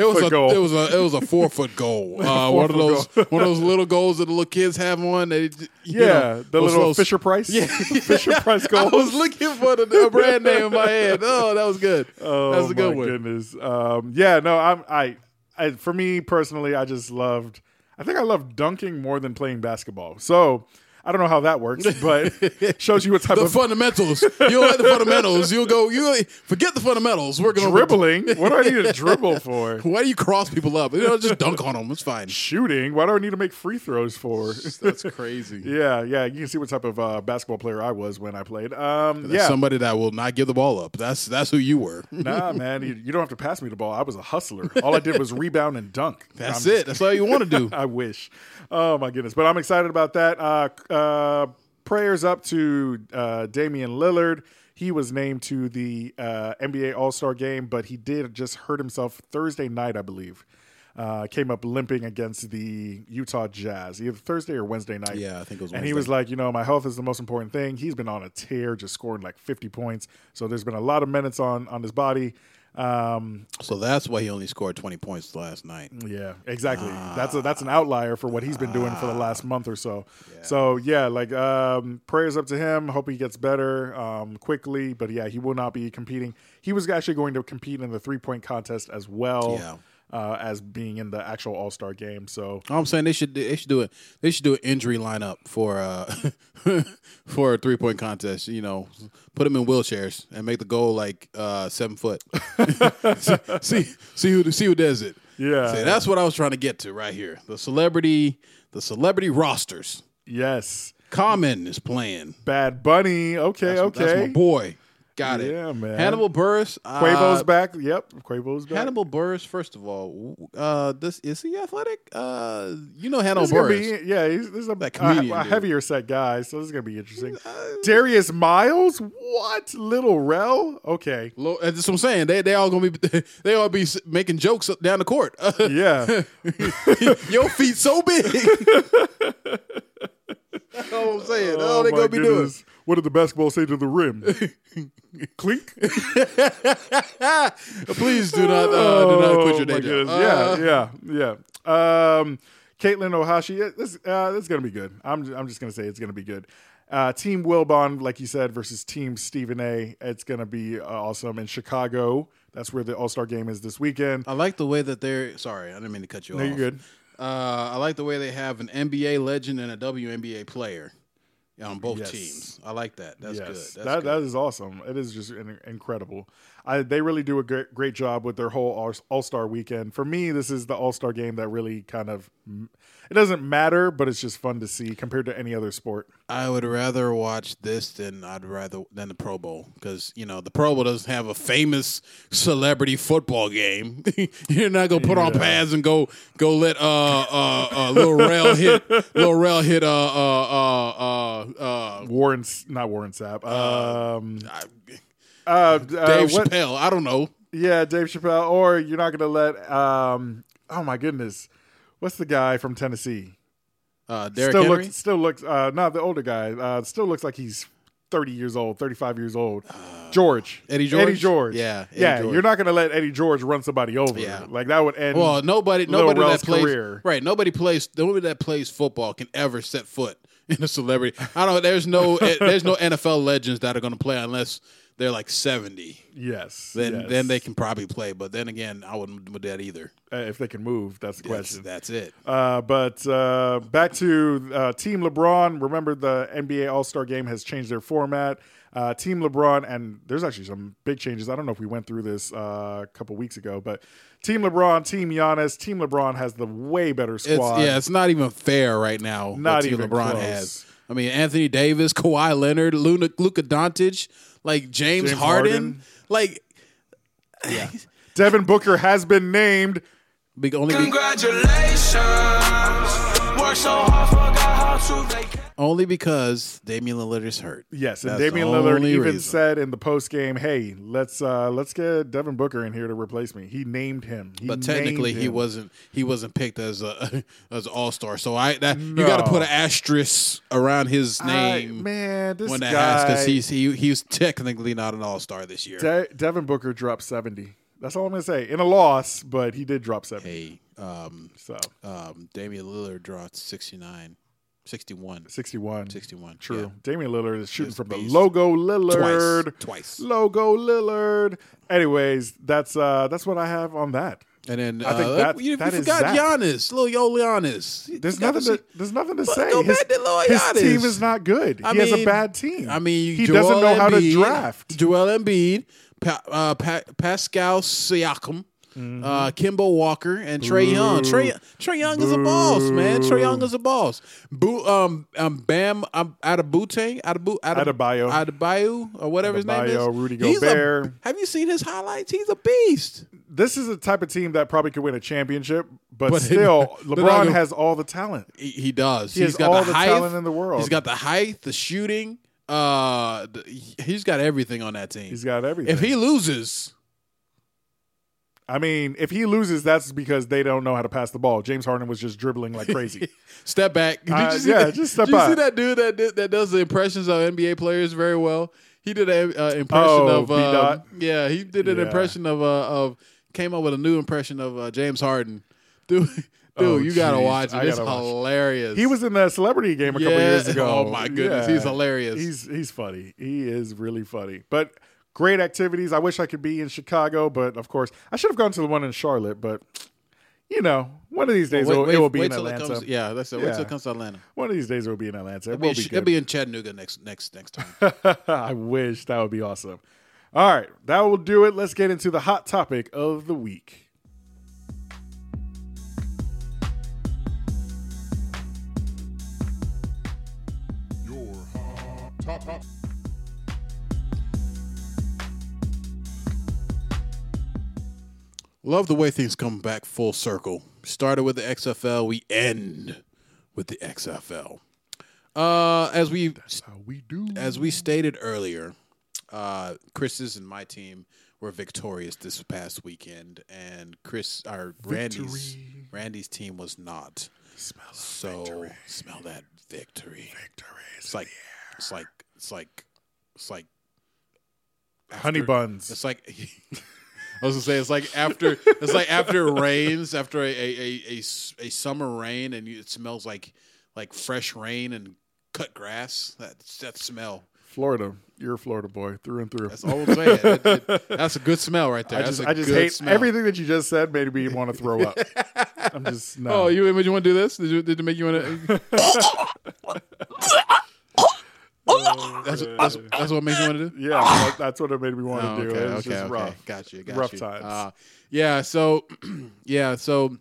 It was
foot
a
goal?
it was a it was a four foot
[laughs]
goal. Uh, one of those
goal.
one of those little goals that the little kids have on. They, j- you
yeah,
know,
the
those
little
little-
Fisher Price.
[laughs] Yeah.
[laughs] Fisher Price
[laughs] I
goal.
was looking for the, the brand name in my head. Oh, that was good.
Oh,
that was a good
my
one.
goodness. Um, yeah, no, I'm I, I for me personally, I just loved. I think I love dunking more than playing basketball. So I don't know how that works,
[laughs]
but shows you what type
The
of
fundamentals. You'll like the fundamentals. You'll go. You forget the fundamentals. We're gonna
dribbling. What do I need
[laughs]
to dribble for?
Why do you cross people up? You know, just dunk on them. It's fine.
Shooting. Why do I need to make free
[laughs]
throws for? [laughs]
That's crazy.
yeah, yeah. You can see what type of uh, basketball player I was when I played. Um,
That's
yeah.
Somebody that will not give the ball up. That's that's who you
[laughs]
were. [laughs]
Nah, man, you, you don't have to pass me the ball. I was a hustler. All I did was rebound and dunk.
That's
I'm-
it. That's all you want to
[laughs]
do.
I wish. Oh my goodness! But I'm excited about that. Uh, uh, prayers up to uh, Damian Lillard. He was named to the uh, NBA All Star game, but he did just hurt himself Thursday night, I believe. Uh, came up limping against the Utah Jazz, either Thursday or Wednesday night.
Yeah, I think it was
And he
Wednesday.
was like, you know, my health is the most important thing. He's been on a tear, just scoring like 50 points. So there's been a lot of minutes on on his body. Um,
So that's why he only scored twenty points last night.
yeah, exactly.
Ah.
that's a, that's an outlier for what he's been doing for the last month or so. So yeah, like um, prayers up to him. Hope he gets better um, quickly. But yeah, he will not be competing. He was actually going to compete in the three point contest as well
Yeah.
uh, as being in the actual All Star game. So
I'm saying they should do- they should do it. They should do an injury lineup for uh [laughs] for a three point contest. You know, put them in wheelchairs and make the goal like uh seven foot. [laughs] see see who see who does it.
Yeah.
See, that's what I was trying to get to right here. The celebrity the celebrity rosters.
yes,
Common is playing.
Bad Bunny. Okay,
That's-
okay.
that's my boy. Got it.
Yeah, man.
Hannibal Burris. uh,
Quavo's back. Yep, Quavo's back.
Hannibal Burris. First of all, w- uh, this is he athletic? Uh, you know Hannibal
This is gonna
Burris.
be, yeah, he's, this is a,
That
a- a
comedian dude. Uh,
heavier set guy, so this is gonna be interesting. Darius Miles, what little Rel? Okay,
Lo- uh, That's what I'm saying. They they all gonna be [laughs] they all be s- making jokes up- down the court. [laughs] Oh
yeah,
Your feet so big. [laughs] That's all I'm saying. That's all they
Oh my
gonna be doing.
goodness. What did the basketball say to
[laughs]
the rim? Clink.
Please do not uh, do not quit your day
Oh my
job.
goodness.
Uh,
yeah, yeah, yeah. Um, Caitlin Ohashi, yeah, this uh, this is gonna be good. I'm I'm just gonna say it's gonna be good. Uh, Team Wilbon, like you said, versus Team Stephen A. It's gonna be uh, awesome in Chicago. That's where the All Star game is this weekend.
I like the way that they're. Sorry, I didn't mean to cut you
No,
off.
you're good.
Uh, I like the way they have an NBA legend and a WNBA player on both
Yes.
teams. I like that. That's good. That's
that
good.
that is awesome. It is just in- incredible. I, they really do a great, great job with their whole All Star weekend. For me, this is the All Star game that really kind of it doesn't matter, but it's just fun to see compared to any other sport.
I would rather watch this than I'd rather than the Pro Bowl because you know the Pro Bowl doesn't have a famous celebrity football game. [laughs] You're not gonna put on pads and go go let uh uh, uh Lil Rel
[laughs]
hit Lil Rel hit uh uh uh uh, uh
Warren, S- not Warren Sapp. Um,
I-
uh, d-
[laughs]
uh,
Dave
what-
Chappelle. I don't know.
Yeah, Dave Chappelle. Or you're not gonna let. Um, oh my goodness, what's the guy from Tennessee?
Uh, Derrick
still
Henry.
looks, still looks, uh, not the older guy. Uh, still looks like he's thirty years old, thirty-five years old. George,
Uh, Eddie George?
Eddie George.
Yeah, Eddie
yeah.
George.
You're not gonna let Eddie George run somebody over.
Yeah.
like that would end.
well, nobody
Lil
nobody
Rel's
that plays
career.
right. Nobody plays nobody that plays football can ever set foot [laughs] in a celebrity. I don't. There's
[laughs]
no. there's no NFL legends that are going to play unless they're like seventy.
Yes.
Then
yes.
then they can probably play. But then again, I wouldn't do that either.
Uh, if they can move, that's the
That's,
question.
that's it.
Uh, but uh, back to uh, Team LeBron. Remember, the NBA All Star Game has changed their format. Uh, Team LeBron, and there's actually some big changes. I don't know if we went through this uh, a couple weeks ago, but Team LeBron, Team Giannis, Team LeBron has the way better
It's,
squad.
yeah, it's not even fair right now.
Not
what Team
even
LeBron
close.
has. I mean, Anthony Davis, Kawhi Leonard, Luna, Luka Doncic, like James,
James
Harden,
Harden.
like
Devin Booker has been named.
be- only be-
Congratulations. Work so hard, forgot how to vacation.
only because Damian Lillard is hurt.
Yes, and
That's the
Damian Lillard
only
even
reason.
said in the post game, "Hey, let's uh, let's get Devin Booker in here to replace me." He named him, He
But technically,
named
he
him.
wasn't he wasn't picked as a [laughs] as all star. So I that you got to put an asterisk around his name,
I, man, this
when that has
guy.
because he's he he's technically not an all star this year.
De- Devin Booker dropped 70. That's all I'm going to say. In a loss, but he did drop 70.
hey, um,
So
um, Damian Lillard dropped 69, 61,
61.
61.
True.
yeah.
Damian Lillard is shooting
Just
from
beast.
the logo Lillard.
Twice.
Logo Lillard. Anyways, that's uh that's what I have on that.
And then
I think
uh,
that-
you, you
that is
forgot
that.
Giannis, little yo Giannis. You
There's
forgot
nothing
what
to, there's nothing to
But
say.
go
his
back to Lloyd
his
Giannis.
team is not good.
I
he has a
mean-
bad team.
I mean,
he
Joel
doesn't know how to
Embiid-
draft.
Joel Embiid, pa- uh, pa- Pascal Siakam,
Mm-hmm.
uh, Kimbo Walker, and Trey Young. Trey Trey Young is a boss, man. Trey Young is a boss. Boo, um, um, Bam, um, out of Bootang, out of Boot, out of
Adebayo.
or whatever his name
Adebayo,
is.
Rudy
He's a-
Gobert.
have you seen his highlights? He's a beast.
This is a type of team that probably could win a championship, but,
But-
still,
[laughs] but they're not
LeBron
gonna-
has all the talent.
He, he does.
He
has
has
got
all
the,
the
height,
talent in the world.
He's got the height, the shooting. Uh, the, he- he's got everything on that team.
He's got everything.
if he loses,
I mean, if he loses, that's because they don't know how to pass the ball. James Harden was just
[laughs]
dribbling like crazy.
Step back. Did
Uh,
you see
yeah,
that?
just step
Did you see
back.
that dude that did, that does the impressions of NBA players very well? He did an uh, impression
Oh,
of uh,
B-Dot?
yeah. He did an
Yeah.
impression of uh, of came up with a new impression of uh, James Harden. [laughs] Dude, dude,
Oh,
you gotta
jeez.
watch it.
I
It's
gotta watch it.
hilarious.
he was in that celebrity game a couple
Yeah.
years ago.
Oh, my goodness. He's hilarious.
He's he's funny. He is really funny. But great activities. I wish I could be in Chicago, but of course, I should have gone to the one in Charlotte. But you know, one of these days
Wait-
it will-
wait-
it will be
wait
in
till it
Atlanta.
comes- yeah, that's it. Wait
Yeah.
till it comes to Atlanta.
One of these days it will be in Atlanta. It
It'll be,
will
in
be
Ch-
good.
it'll be in Chattanooga next next next
[laughs]
time.
I wish that would be awesome. All right, that will do it. Let's get into the hot topic of the week.
Love the way things come back full circle. Started with the XFL, we end with the XFL. Uh, as we
How we do?
as we stated earlier, uh, Chris's and my team were victorious this past weekend, and Chris, our Randy's, Randy's team was not. Smell so smell that victory. Victory. It's like it's like it's like it's like
Honey buns.
it's like [laughs] I was gonna say it's like after it's like after it rains after a a, a, a s- a summer rain and you, it smells like like fresh rain and cut grass that that smell
Florida. You're a Florida boy through and through.
that's all I'm saying It-
[laughs]
it- that's a good smell right there
I
that's
just,
a
I just
good
hate
smell.
everything that you just said made me want to
[laughs]
throw up. I'm just no.
oh you would you want to do this did you, did it make you want to Oh, that's, that's, that's what makes you want to do
yeah, that- that's what it made me want
Oh,
to do. It was just rough.
Got you. Got
Rough
you.
times.
Uh, yeah. So, [clears throat] yeah. So,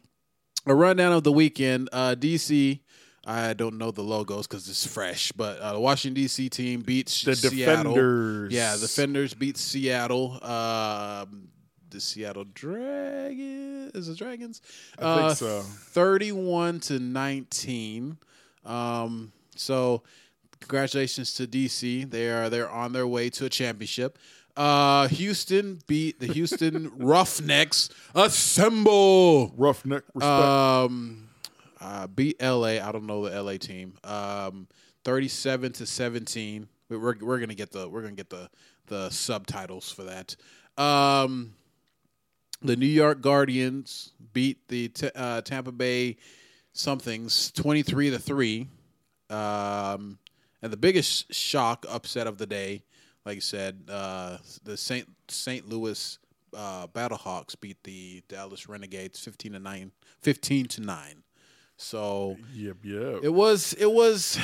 a rundown of the weekend. Uh, DC. I don't know the logos because it's fresh, but uh, the Washington DC team beats
The
Seattle.
Defenders.
Yeah, the Defenders beat Seattle. Um, the Seattle Dragons is the Dragons.
I think
Uh,
so.
Thirty-one to nineteen. Um, so congratulations to DC. They are they're on their way to a championship. Uh, Houston beat the Houston Roughnecks. Assemble.
Rough neck respect.
Um, uh, beat LA. I don't know the LA team. Um, thirty-seven to seventeen. We- We're we're gonna get the we're gonna get the the subtitles for that. Um, the New York Guardians beat the T- uh, Tampa Bay somethings twenty-three to three. Um, and the biggest shock upset of the day, like you said, uh, the Saint St. Louis uh, Battlehawks beat the Dallas Renegades fifteen to nine, 15 to nine. So
Yep, yep.
it was it was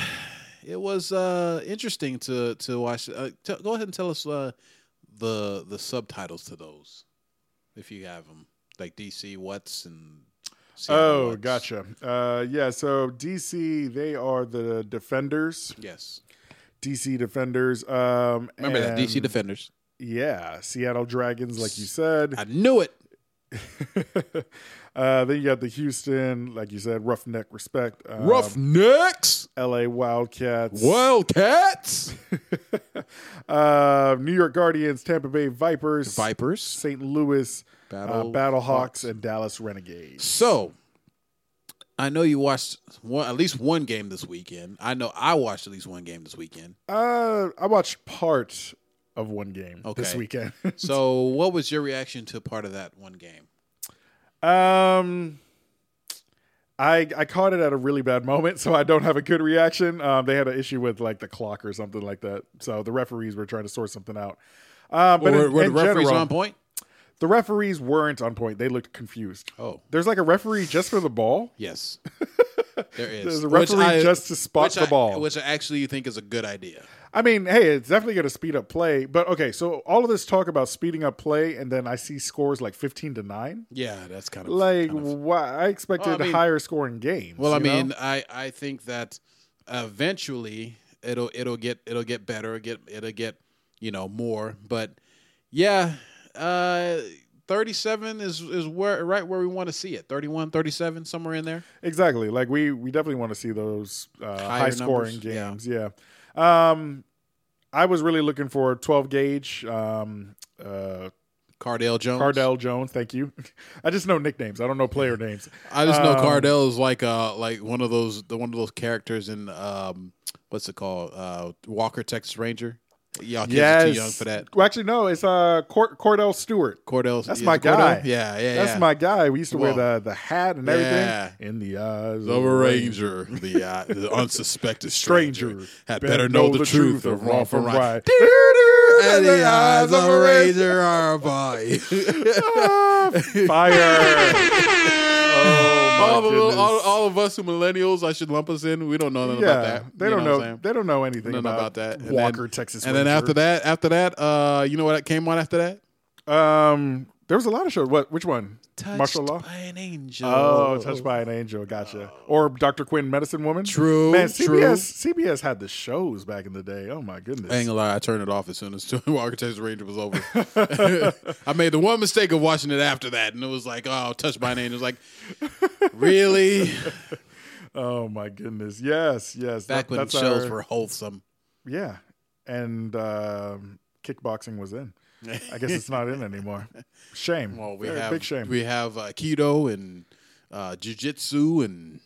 it was uh, interesting to to watch. Uh, t- go ahead and tell us uh, the the subtitles to those, if you have them, like DC What's and Seattle
oh,
What's.
gotcha. Uh, yeah, so DC, they are the defenders.
Yes,
DC defenders. Um,
remember that DC
and-
Defenders.
Yeah, Seattle Dragons, like you said.
I knew it.
[laughs] uh, then you got the Houston, like you said, Roughneck Respect. Um,
Roughnecks,
LA Wildcats.
Wildcats,
[laughs] uh, New York Guardians, Tampa Bay Vipers,
Vipers.
St. Louis
Battle-
uh, Battlehawks,
Hawks.
and Dallas Renegades.
So, I know you watched one, at least one game this weekend. I know I watched at least one game this weekend.
Uh, I watched part of one game this
Okay.
weekend. [laughs]
So, what was your reaction to part of that one game?
um, I I caught it at a really bad moment, so I don't have a good reaction. Um, they had an issue with like the clock or something like that, so the referees were trying to sort something out. Uh, but
Were,
in,
were the
in
referees
general,
on point?
The referees weren't on point. They looked confused.
Oh.
There's like a referee just for the ball.
[laughs] Yes, there is.
There's a
Which
referee just to spot
which
the
I-
ball.
which I actually think is a good idea.
I mean, hey, it's definitely going to speed up play. But okay, so all of this talk about speeding up play, and then I see scores like 15 to 9.
Yeah, that's kind of
Like,
kind of-
why? I expected
Well, I mean-
higher scoring games.
Well, I
you know?
mean, I, I think that eventually it'll it'll get it'll get better, it'll get it'll get you know more, but yeah, uh, 37 is is where right where we want to see it. 31, 37 somewhere in there.
exactly. Like, we, we definitely want to see those uh, high scoring
numbers, yeah.
games. Yeah. yeah. Um, I was really looking for 12 gauge. Um, uh,
Cardell Jones.
Cardell Jones, thank you. [laughs] I just know nicknames. I don't know player names.
I just know
Um,
Cardell is like uh like one of those the one of those characters in um what's it called? Uh Walker Texas Ranger. Y'all kids are too young for that.
Well, actually, no. It's uh, Cord- Cordell Stewart.
Cordell.
That's
is
my
it Cordell?
guy.
Yeah, yeah,
That's
yeah.
my guy. We used to wear
Well,
the the hat and
yeah.
everything. In the eyes
The Ranger, the, uh,
[laughs]
the unsuspected stranger,
stranger,
had better know the, truth of wrong from right. [laughs] And the eyes of a razor are a
[laughs]
boy. [laughs] all,
Fire. oh,
of,
my goodness.
[laughs] all, all of us who millennials, I should lump us in. We don't know nothing
yeah,
about that.
they
You
don't
what
know.
I'm saying?
They don't know anything
Nothing about,
about,
that. And
Walker,
then,
Texas.
And then after
Ranger.
that, after that, uh, you know what came on after that?
um, there was a lot of shows. What? Which one? Martial law.
by an angel. Oh.
Oh, touched by an angel. Gotcha. Or Dr. Quinn, Medicine Woman.
True,
Man,
true.
CBS CBS had the shows back in the day. Oh my goodness.
I ain't gonna lie, I turned it off as soon as [laughs] Walker Texas Ranger was over. [laughs] I made the one mistake of watching it after that, and it was like, oh, touched by an angel. It was like,
[laughs]
really?
Oh my goodness. Yes, yes.
Back
That-
when
that's
shows
our-
were wholesome.
[laughs] Yeah. And um, kickboxing was in. I guess it's not in anymore.
[laughs]
Shame.
Well, we
Very
have
big shame.
we have uh, keto and uh, jujitsu, and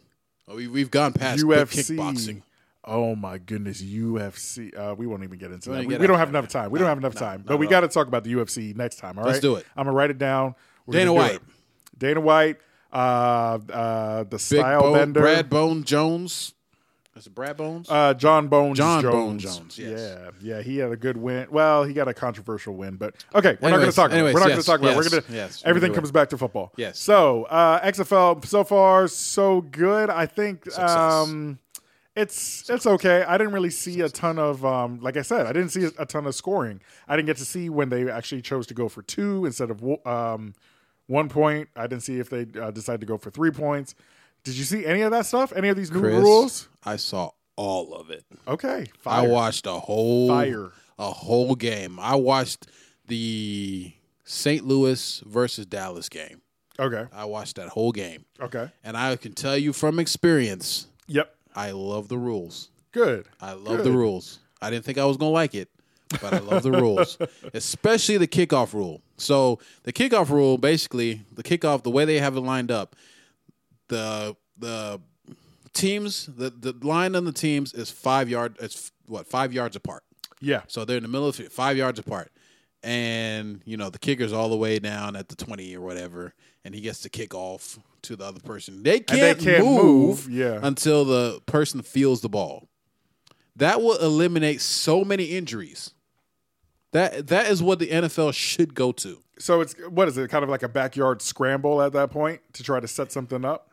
oh, we, we've gone past quick
UFC.
kickboxing.
Oh my goodness, UFC. Uh, we won't even get into
We
that.
won't
We,
get
we don't
into
have
that.
enough time. We
No,
don't have enough
no,
time.
not
But we
at
got to talk about the UFC next time. All right,
Let's do it.
I'm gonna write it down. We're
Dana
gonna do
White.
it. Dana White. Uh, uh, the
Big
style
Bone,
bender.
Brad Bone Jones. That's Brad Bones.
Uh, John Bones.
John
Jones.
Bones Jones, yes.
Yeah, yeah. He had a good win. Well, he got a controversial win, but okay. We're not going to
Anyways,
talk. About it.
anyways,
We're not
yes,
going to talk about. it. We're
yes,
going to.
yes, we're
everything
gonna
comes back to football.
Yes.
So uh, XFL so far so good. I think. Um, it's it's okay. I didn't really see a ton of um, like I said, I didn't see a ton of scoring. I didn't get to see when they actually chose to go for two instead of um, one point. I didn't see if they uh, decided to go for three points. Did you see any of that stuff? Any of these new
Chris,
rules?
I saw all of it.
Okay,
I
fire.
watched a whole
Fire.
a whole game. I watched the St. Louis versus Dallas game.
Okay.
I watched that whole game.
Okay.
And I can tell you from experience,
Yep.
I love the rules.
Good.
I love the
Good.
rules. I didn't think I was going to like it, but I love the
[laughs]
rules, especially the kickoff rule. So, the kickoff rule basically, the kickoff, the way they have it lined up, the the teams, the, the line on the teams is 5 yard it's what, 5 yards apart.
Yeah.
So they're in the middle of the field, five yards apart. And, you know, the kicker's all the way down at the 20 or whatever. And he gets to kick off to the other person. They
they
can't,
can't
move,
move, yeah.
until the person feels the ball. That will eliminate so many injuries. That that is what the NFL should go to.
So it's what is it? Kind of like a backyard scramble at that point to try to set something up.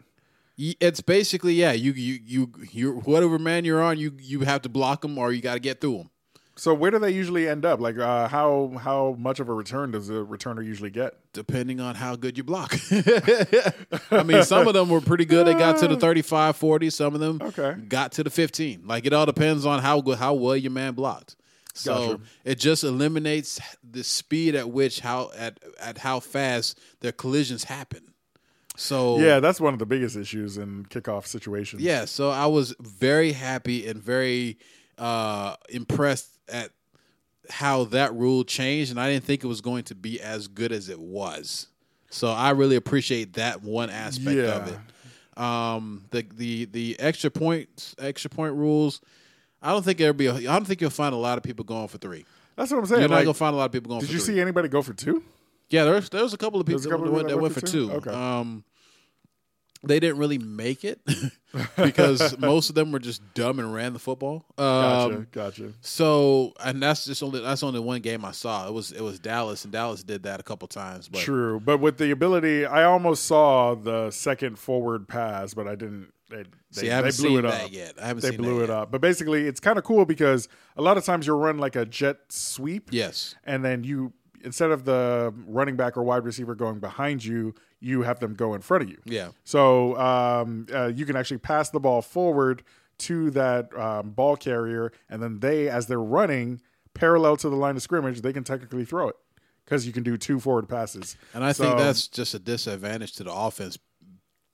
Y- It's basically yeah, you you you you whatever man you're on, you you have to block them or you got to get through them.
So where do they usually end up? Like uh, how how much of a return does a returner usually get?
Depending on how good you block. [laughs] I mean, some of them were pretty good. They got to the 35, 40. Some of them
Okay.
got to the 15. Like, it all depends on how good, how well your man blocked. So
Gotcha.
it just eliminates the speed at which, how, at, at how fast their collisions happen. So,
Yeah, that's one of the biggest issues in kickoff situations.
Oh. yeah so i was very happy and very uh impressed at how that rule changed and i didn't think it was going to be as good as it was so i really appreciate that one aspect of
Yeah.
it um the the the extra points extra point rules i don't think there'll be a, i don't think you'll find a lot of people going for three
that's what I'm saying.
you're not
Like,
gonna find a lot of people going
did
for
you
three.
see anybody go for two?
Yeah, there's there was a couple of people
was a couple
that,
of
went, that
people
went for two.
Okay.
Um, they didn't really make it [laughs]
[laughs]
because most of them were just dumb and ran the football. Um,
Gotcha, gotcha.
So and that's just only that's only one game I saw. It was it was Dallas and Dallas did that a couple times. But
True, but with the ability, I almost saw the second forward pass, but I didn't. They, they,
See, I haven't
they blew
seen
it
that
up.
yet. I haven't
they
seen
blew
that
it
yet.
up. But basically, it's kind of cool because a lot of times you'll run like a jet sweep.
Yes.
and then you instead of the running back or wide receiver going behind you, you have them go in front of you.
Yeah.
So um, uh, you can actually pass the ball forward to that um, ball carrier, and then they, as they're running parallel to the line of scrimmage, they can technically throw it because you can do two forward passes.
And I
So,
think that's just a disadvantage to the offense,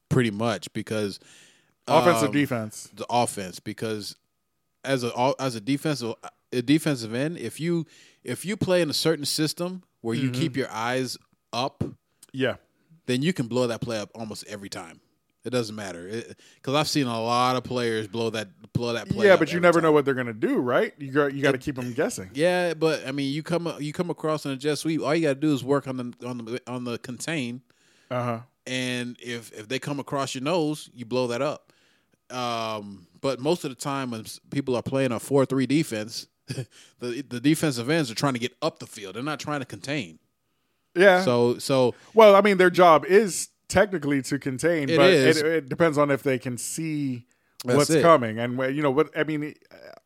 pretty much because
offensive
um,
defense.
the offense because as a as a defensive a defensive end, if you if you play in a certain system where
Mm-hmm.
you keep your eyes up,
Yeah.
then you can blow that play up almost every time. It doesn't matter because I've seen a lot of players blow that blow that play.
Yeah,
up
but you
every
never
time.
know what they're gonna do, right? You got you got to keep them guessing.
Yeah, but I mean, you come you come across on a jet sweep. All you got to do is work on the on the on the contain.
Uh huh.
and if if they come across your nose, you blow that up. Um, but most of the time, when s- people are playing a four three defense, [laughs] the the defensive ends are trying to get up the field. They're not trying to contain.
Yeah.
So so
Well, I mean, their job is technically to contain,
It
but
is.
It, it depends on if they can see
That's
what's
it.
coming and wh- you know what I mean. It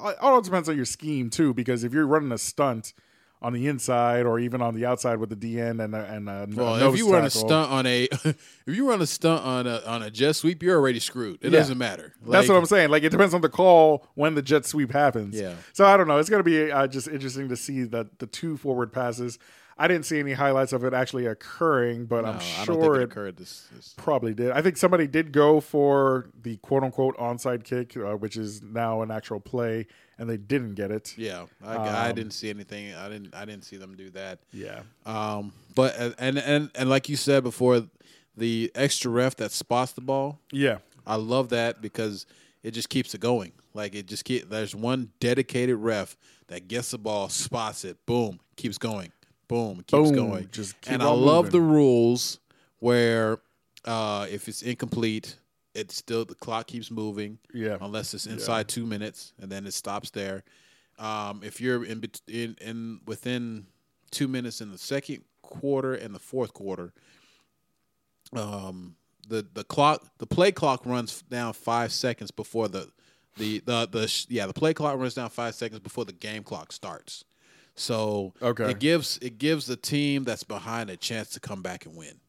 it all depends on your scheme too, because if you're running a stunt on the inside or even on the outside with the DN and a, and a n-
well,
nose
if you run a
tackle,
stunt on a [laughs] if you run a stunt on a on a jet sweep, you're already screwed. It
Yeah.
doesn't matter. Like,
That's what I'm saying. Like it depends on the call when the jet sweep happens.
Yeah.
So I don't know. It's gonna be uh, just interesting to see that the two forward passes. I didn't see any highlights of it actually occurring, but
no,
I'm
I don't think
sure
it
it
occurred. This, this-
Probably did. I think somebody did go for the quote unquote onside kick, uh, which is now an actual play, and they didn't get it.
yeah, I,
Um,
I didn't see anything. I didn't I didn't see them do that.
Yeah.
Um, but and and and like you said before, the extra ref that spots the ball.
Yeah.
I love that because it just keeps it going. Like it just keep there's one dedicated ref that gets the ball, spots it, boom, keeps going, boom, keeps
Boom,
going.
just keep
and I
on
love the
moving.
rules where uh, if it's incomplete, it's still the clock keeps moving.
Yeah.
unless it's inside two minutes, and then it stops there. Um, if you're in, bet- in in within two minutes in the second quarter and the fourth quarter, um the the clock the play clock runs down five seconds before the the the, the sh- yeah the play clock runs down five seconds before the game clock starts so
Okay.
it gives it gives the team that's behind a chance to come back and win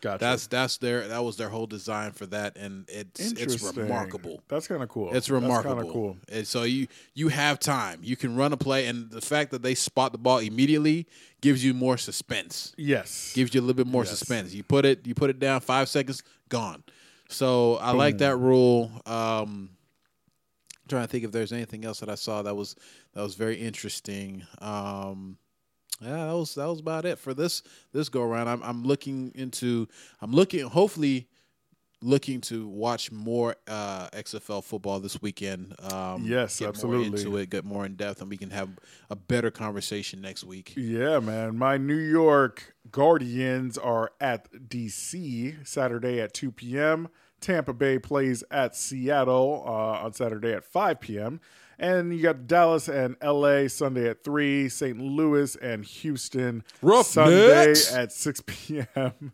Gotcha.
that's that's their that was their whole design for that and it's it's
Interesting.
remarkable
That's kind of cool.
it's
That's kind
remarkable
of cool.
and so you you have time you can run a play and the fact that they spot the ball immediately gives you more suspense
Yes.
gives you a little bit more suspense. You put it, you put it down five seconds, gone. So I like that rule. Um, trying to think if there's anything else that I saw that was that was very interesting. Um, yeah, that was that was about it for this this go around. I'm I'm looking into I'm looking hopefully looking to watch more uh, XFL football this weekend. Um,
Yes,
get
absolutely.
More into it, get more in depth, and we can have a better conversation next week.
Yeah, man. My New York Guardians are at DC Saturday at 2 p.m. Tampa Bay plays at Seattle uh, on Saturday at 5 p.m. And you got Dallas and LA Sunday at 3, St. Louis and Houston
Roughnecks.
Sunday at [laughs] 6 p.m.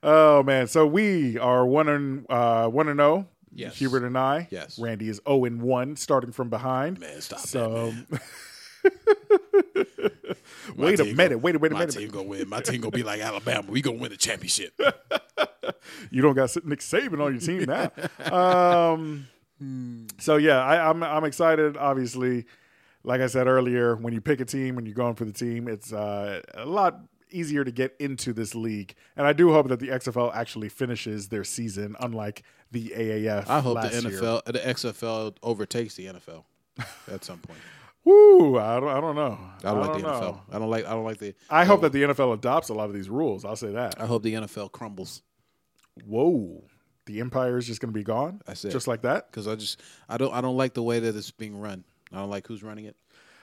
Oh man, so we are 1 and uh 1 and 0.
Yes.
Hubert and I.
Yes.
Randy is 0 and 1 starting from behind.
Man, stop
so
My
[laughs] Wait a
team
minute, wait a- wait a
my
minute.
team gonna win. My team gonna be like Alabama. We gonna win the championship.
you don't got Nick Saban on your team now.
[laughs]
um,
Hmm.
so yeah, I, I'm I'm excited. Obviously, like I said earlier, when you pick a team, when you're going for the team, it's uh, a lot easier to get into this league. And I do hope that the XFL actually finishes their season, unlike the
[laughs]
AAF.
I hope the
last year.
NFL, the XFL overtakes the NFL at some point.
Woo! I don't. I don't know.
I don't, like the
know.
NFL. I don't like. I don't like the.
I hope that the NFL adopts a lot of these rules. I'll say that.
I hope the NFL crumbles
Whoa. The empire is just going to be gone.
That's it.
Just like that.
because I just I don't I don't like the way that it's being run. I don't like who's running it.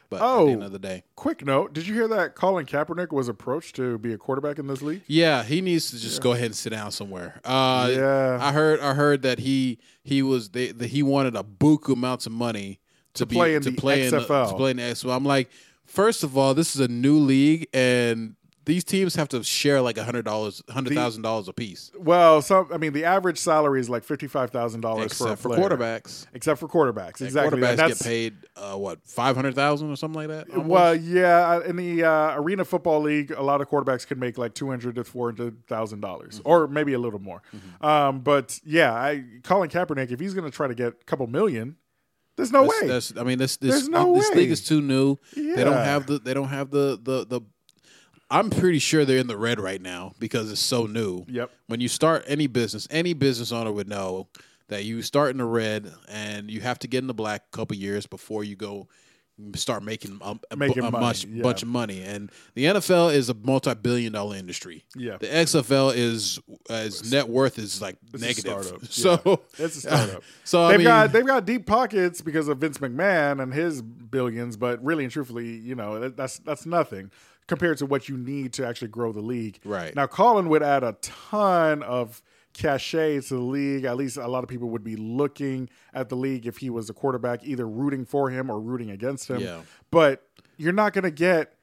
But at
Oh.
the end of the day,
Quick note: Did you hear that Colin Kaepernick was approached to be a quarterback in this league?
yeah, he needs to just go ahead and sit down somewhere. Uh,
Yeah.
I heard I heard that he he was they, that he wanted a buku amounts of money to, be,
play in
to
the
play in the,
XFL.
to play in the XFL. I'm like, first of all, this is a new league and. These teams have to share like a hundred dollars, hundred thousand dollars a piece,
Well, some I mean the average salary is like fifty five thousand dollars for a
except for
player.
quarterbacks.
Except for quarterbacks, exactly.
Quarterbacks
And that's-
get paid uh, what five hundred thousand or something like that. almost?
Well, yeah, in the uh, Arena Football League, a lot of quarterbacks could make like two hundred to four hundred thousand dollars,
Mm-hmm.
or maybe a little more. Um, but yeah, I Colin Kaepernick, if he's going to try to get a couple million, there's no
That's-
way.
that's- I mean, this this,
There's no
this
way.
league is too new. They don't
Yeah.
have the they don't have the the the. I'm pretty sure they're in the red right now because it's so new.
Yep.
When you start any business, any business owner would know that you start in the red and you have to get in the black a couple years before you go start making a, a,
Making
bu- a
money,
much
yeah.
bunch of money. And the NFL is a multi-billion dollar industry.
Yeah.
The XFL is uh, its net worth is like
It's a
negative.
startup.
[laughs] So
Yeah. it's a startup.
[laughs] So, I
they've
mean-
got they've got deep pockets because of Vince McMahon and his billions, but really and truthfully, you know, that, that's that's nothing compared to what you need to actually grow the league.
Right.
now, Colin would add a ton of cachet to the league. At least a lot of people would be looking at the league if he was a quarterback, either rooting for him or rooting against him.
Yeah.
but you're not going to get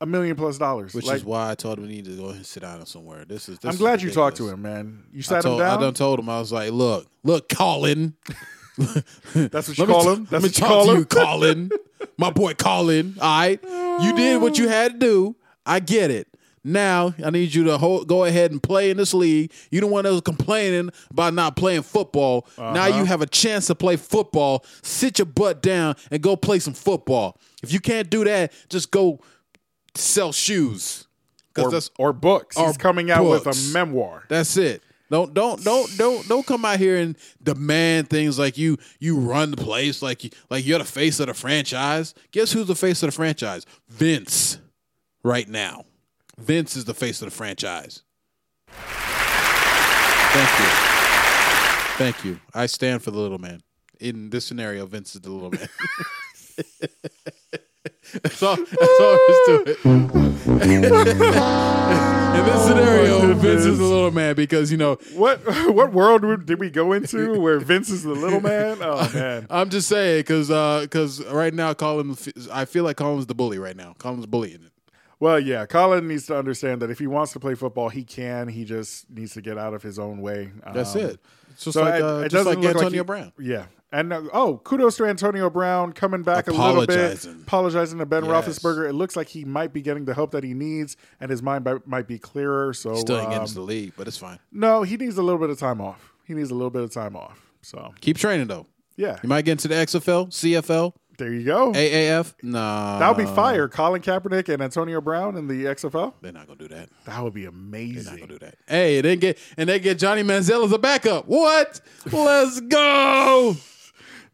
a million plus dollars,
Which
Like,
is why I told him we need to go ahead and sit down somewhere. This is. This
I'm
is
glad you talked to
ridiculous.
him, man. You
I
sat
told,
him
I
down.
done told him. I was like, look, look,
[laughs]
Colin. [laughs]
That's what you call him.
Let
That's
me
what you
talk
call
to
him.
you, Colin. [laughs] My boy, Colin. All right, you did what you had to do. I get it. Now I need you to ho- go ahead and play in this league. You don't want to complaining about not playing football. Now
Uh-huh.
you have a chance to play football. Sit your butt down and go play some football. If you can't do that, just go sell shoes. 'Cause
or,
that's
or books.
or
He's coming out with
books.
a memoir.
That's it. Don't don't don't don't don't come out here and demand things like you you run the place like you like you're the face of the franchise. Guess who's the face of the franchise? Vince, right now. Vince is the face of the franchise. Thank you, thank you. I stand for the little man. In this scenario, Vince is the little man. [laughs] that's all. That's all there is to it. [laughs] In this scenario, Vince is the little man because you know
What [laughs] what world would- did we
[laughs]
go into where Vince is the little man? Oh man,
I'm just saying because because right now Colin, I feel like Colin's the bully right now. Colin's bullying it.
Well, yeah, Colin needs to understand that if he wants to play football, he can. He just needs to get out of his own way.
That's
Um,
it. It's just
so
like
it-
uh,
it
just
doesn't
like
look like
Antonio
he-
Brown.
Yeah. And uh, oh, kudos to Antonio Brown coming back a little
Apologizing.
bit, apologizing to Ben
Yes.
Roethlisberger. It looks like he might be getting the help that he needs, and his mind bi- might be clearer. So
Still ain't
um,
getting into the league, but it's fine.
no, he needs a little bit of time off. He needs a little bit of time off. So
Keep training though.
yeah,
You might get into the XFL, CFL,
there you go.
AAF. Nah,
That would be fire. Colin Kaepernick and Antonio Brown in the XFL.
They're not gonna do that.
That would be
They're not
amazing.
gonna do that. Hey, they get and they get Johnny Manziel as a backup. What? Let's [laughs] go.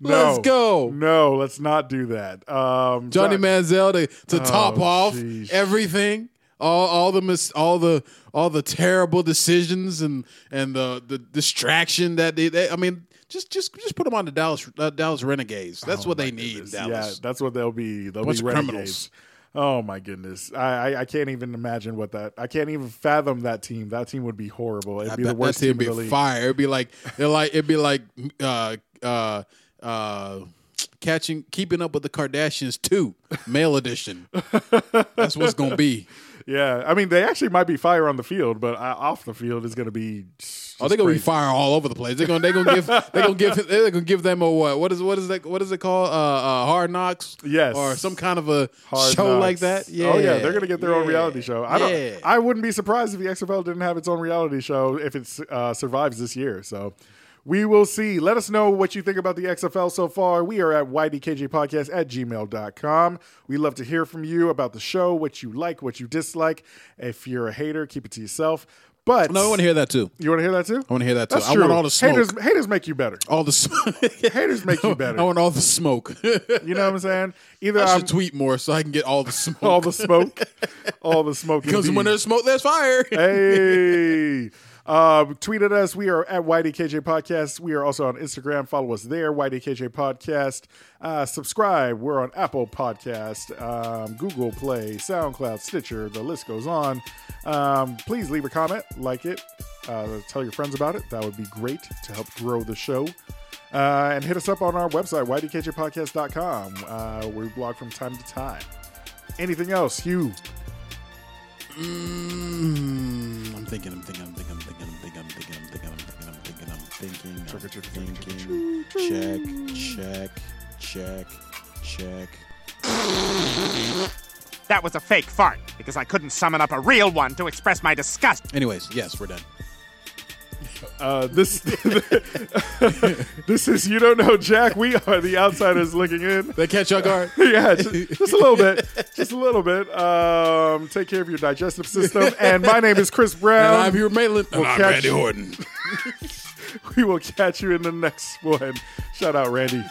Let's go.
No, let's not do that. Um,
Johnny
John-
Manziel to, to
Oh,
top off
jeez.
everything, all all the mis- all the all the terrible decisions and and the the distraction that they, they I mean just just just put them on the Dallas uh, Dallas Renegades. That's what they need. in
Oh Yeah,
Dallas.
that's what they'll be. They'll
Bunch
be
of
renegades.
criminals.
Oh my goodness, I, I I can't even imagine what that. I can't even fathom that team. That team would be horrible. It'd
I
be
bet
the worst
that team would
team in the
be
[laughs] league.
fire. It'd be like it'd like it'd be like uh uh uh catching keeping up with the Kardashians too, male edition. That's what's gonna be.
Yeah, I mean they actually might be fire on the field, but uh, off the field is going to be. just
Oh, they're gonna be
crazy.
firing all over the place. They're gonna they gonna give they gonna give they're gonna give them a what? What is what is that? What is it called? Uh, uh, hard knocks.
Yes.
or some kind of a
Hard
show like
knocks.
that. Yeah.
Oh yeah, they're gonna get their own
Yeah.
reality show. I don't.
Yeah.
I wouldn't be surprised if E the XFL didn't have its own reality show if it uh, survives this year. So. We will see. Let us know what you think about the E XFL so far. We are at ydkjpodcast at gmail.com. We love to hear from you about the show, what you like, what you dislike. If you're a hater, keep it to yourself. But
no, I want to hear that too.
You want to hear that too?
I wanna hear that too.
That's
I
true.
want all the smoke.
Haters, haters make you better.
All the smoke. [laughs]
Haters make [laughs] you better. Um,
I want all the smoke. [laughs]
You know what I'm saying? Either
I
I'm
should tweet more so I can get all the smoke. [laughs]
all the smoke, all the smoke.
because when
indeed.
there's smoke, there's fire.
hey. Um, tweet at us. We are at YDKJ Podcast. We are also on Instagram. Follow us there, YDKJ Podcast. Uh, subscribe. We're on Apple Podcast, um, Google Play, SoundCloud, Stitcher. The list goes on. Um, please leave a comment, like it, uh, tell your friends about it. That would be great to help grow the show. Uh, and hit us up on our website, ydkjpodcast.com. Uh, we blog from time to time. Anything else, Hugh?
[laughs] Mm, I'm thinking, I'm thinking, I'm thinking, I'm thinking, I'm thinking, I'm thinking, I'm thinking, I'm thinking, I'm thinking, I'm thinking, I'm thinking, I'm thinking. Check, check, check, check.
That was a fake fart, because I couldn't summon up a real one to express my disgust.
Anyways, yes, we're done.
Uh, this [laughs] this is you don't know Jack. We are the outsiders looking in. [laughs]
They catch your guard.
Yeah, ju- just, a little bit, just a little bit. Um, take care of your digestive system. And my name is Chris
And
Brown.
I'm here, Maitland.
We'll
I'm
catch-
Randy Orton.
We will catch you in the next one. Shout out, Randy.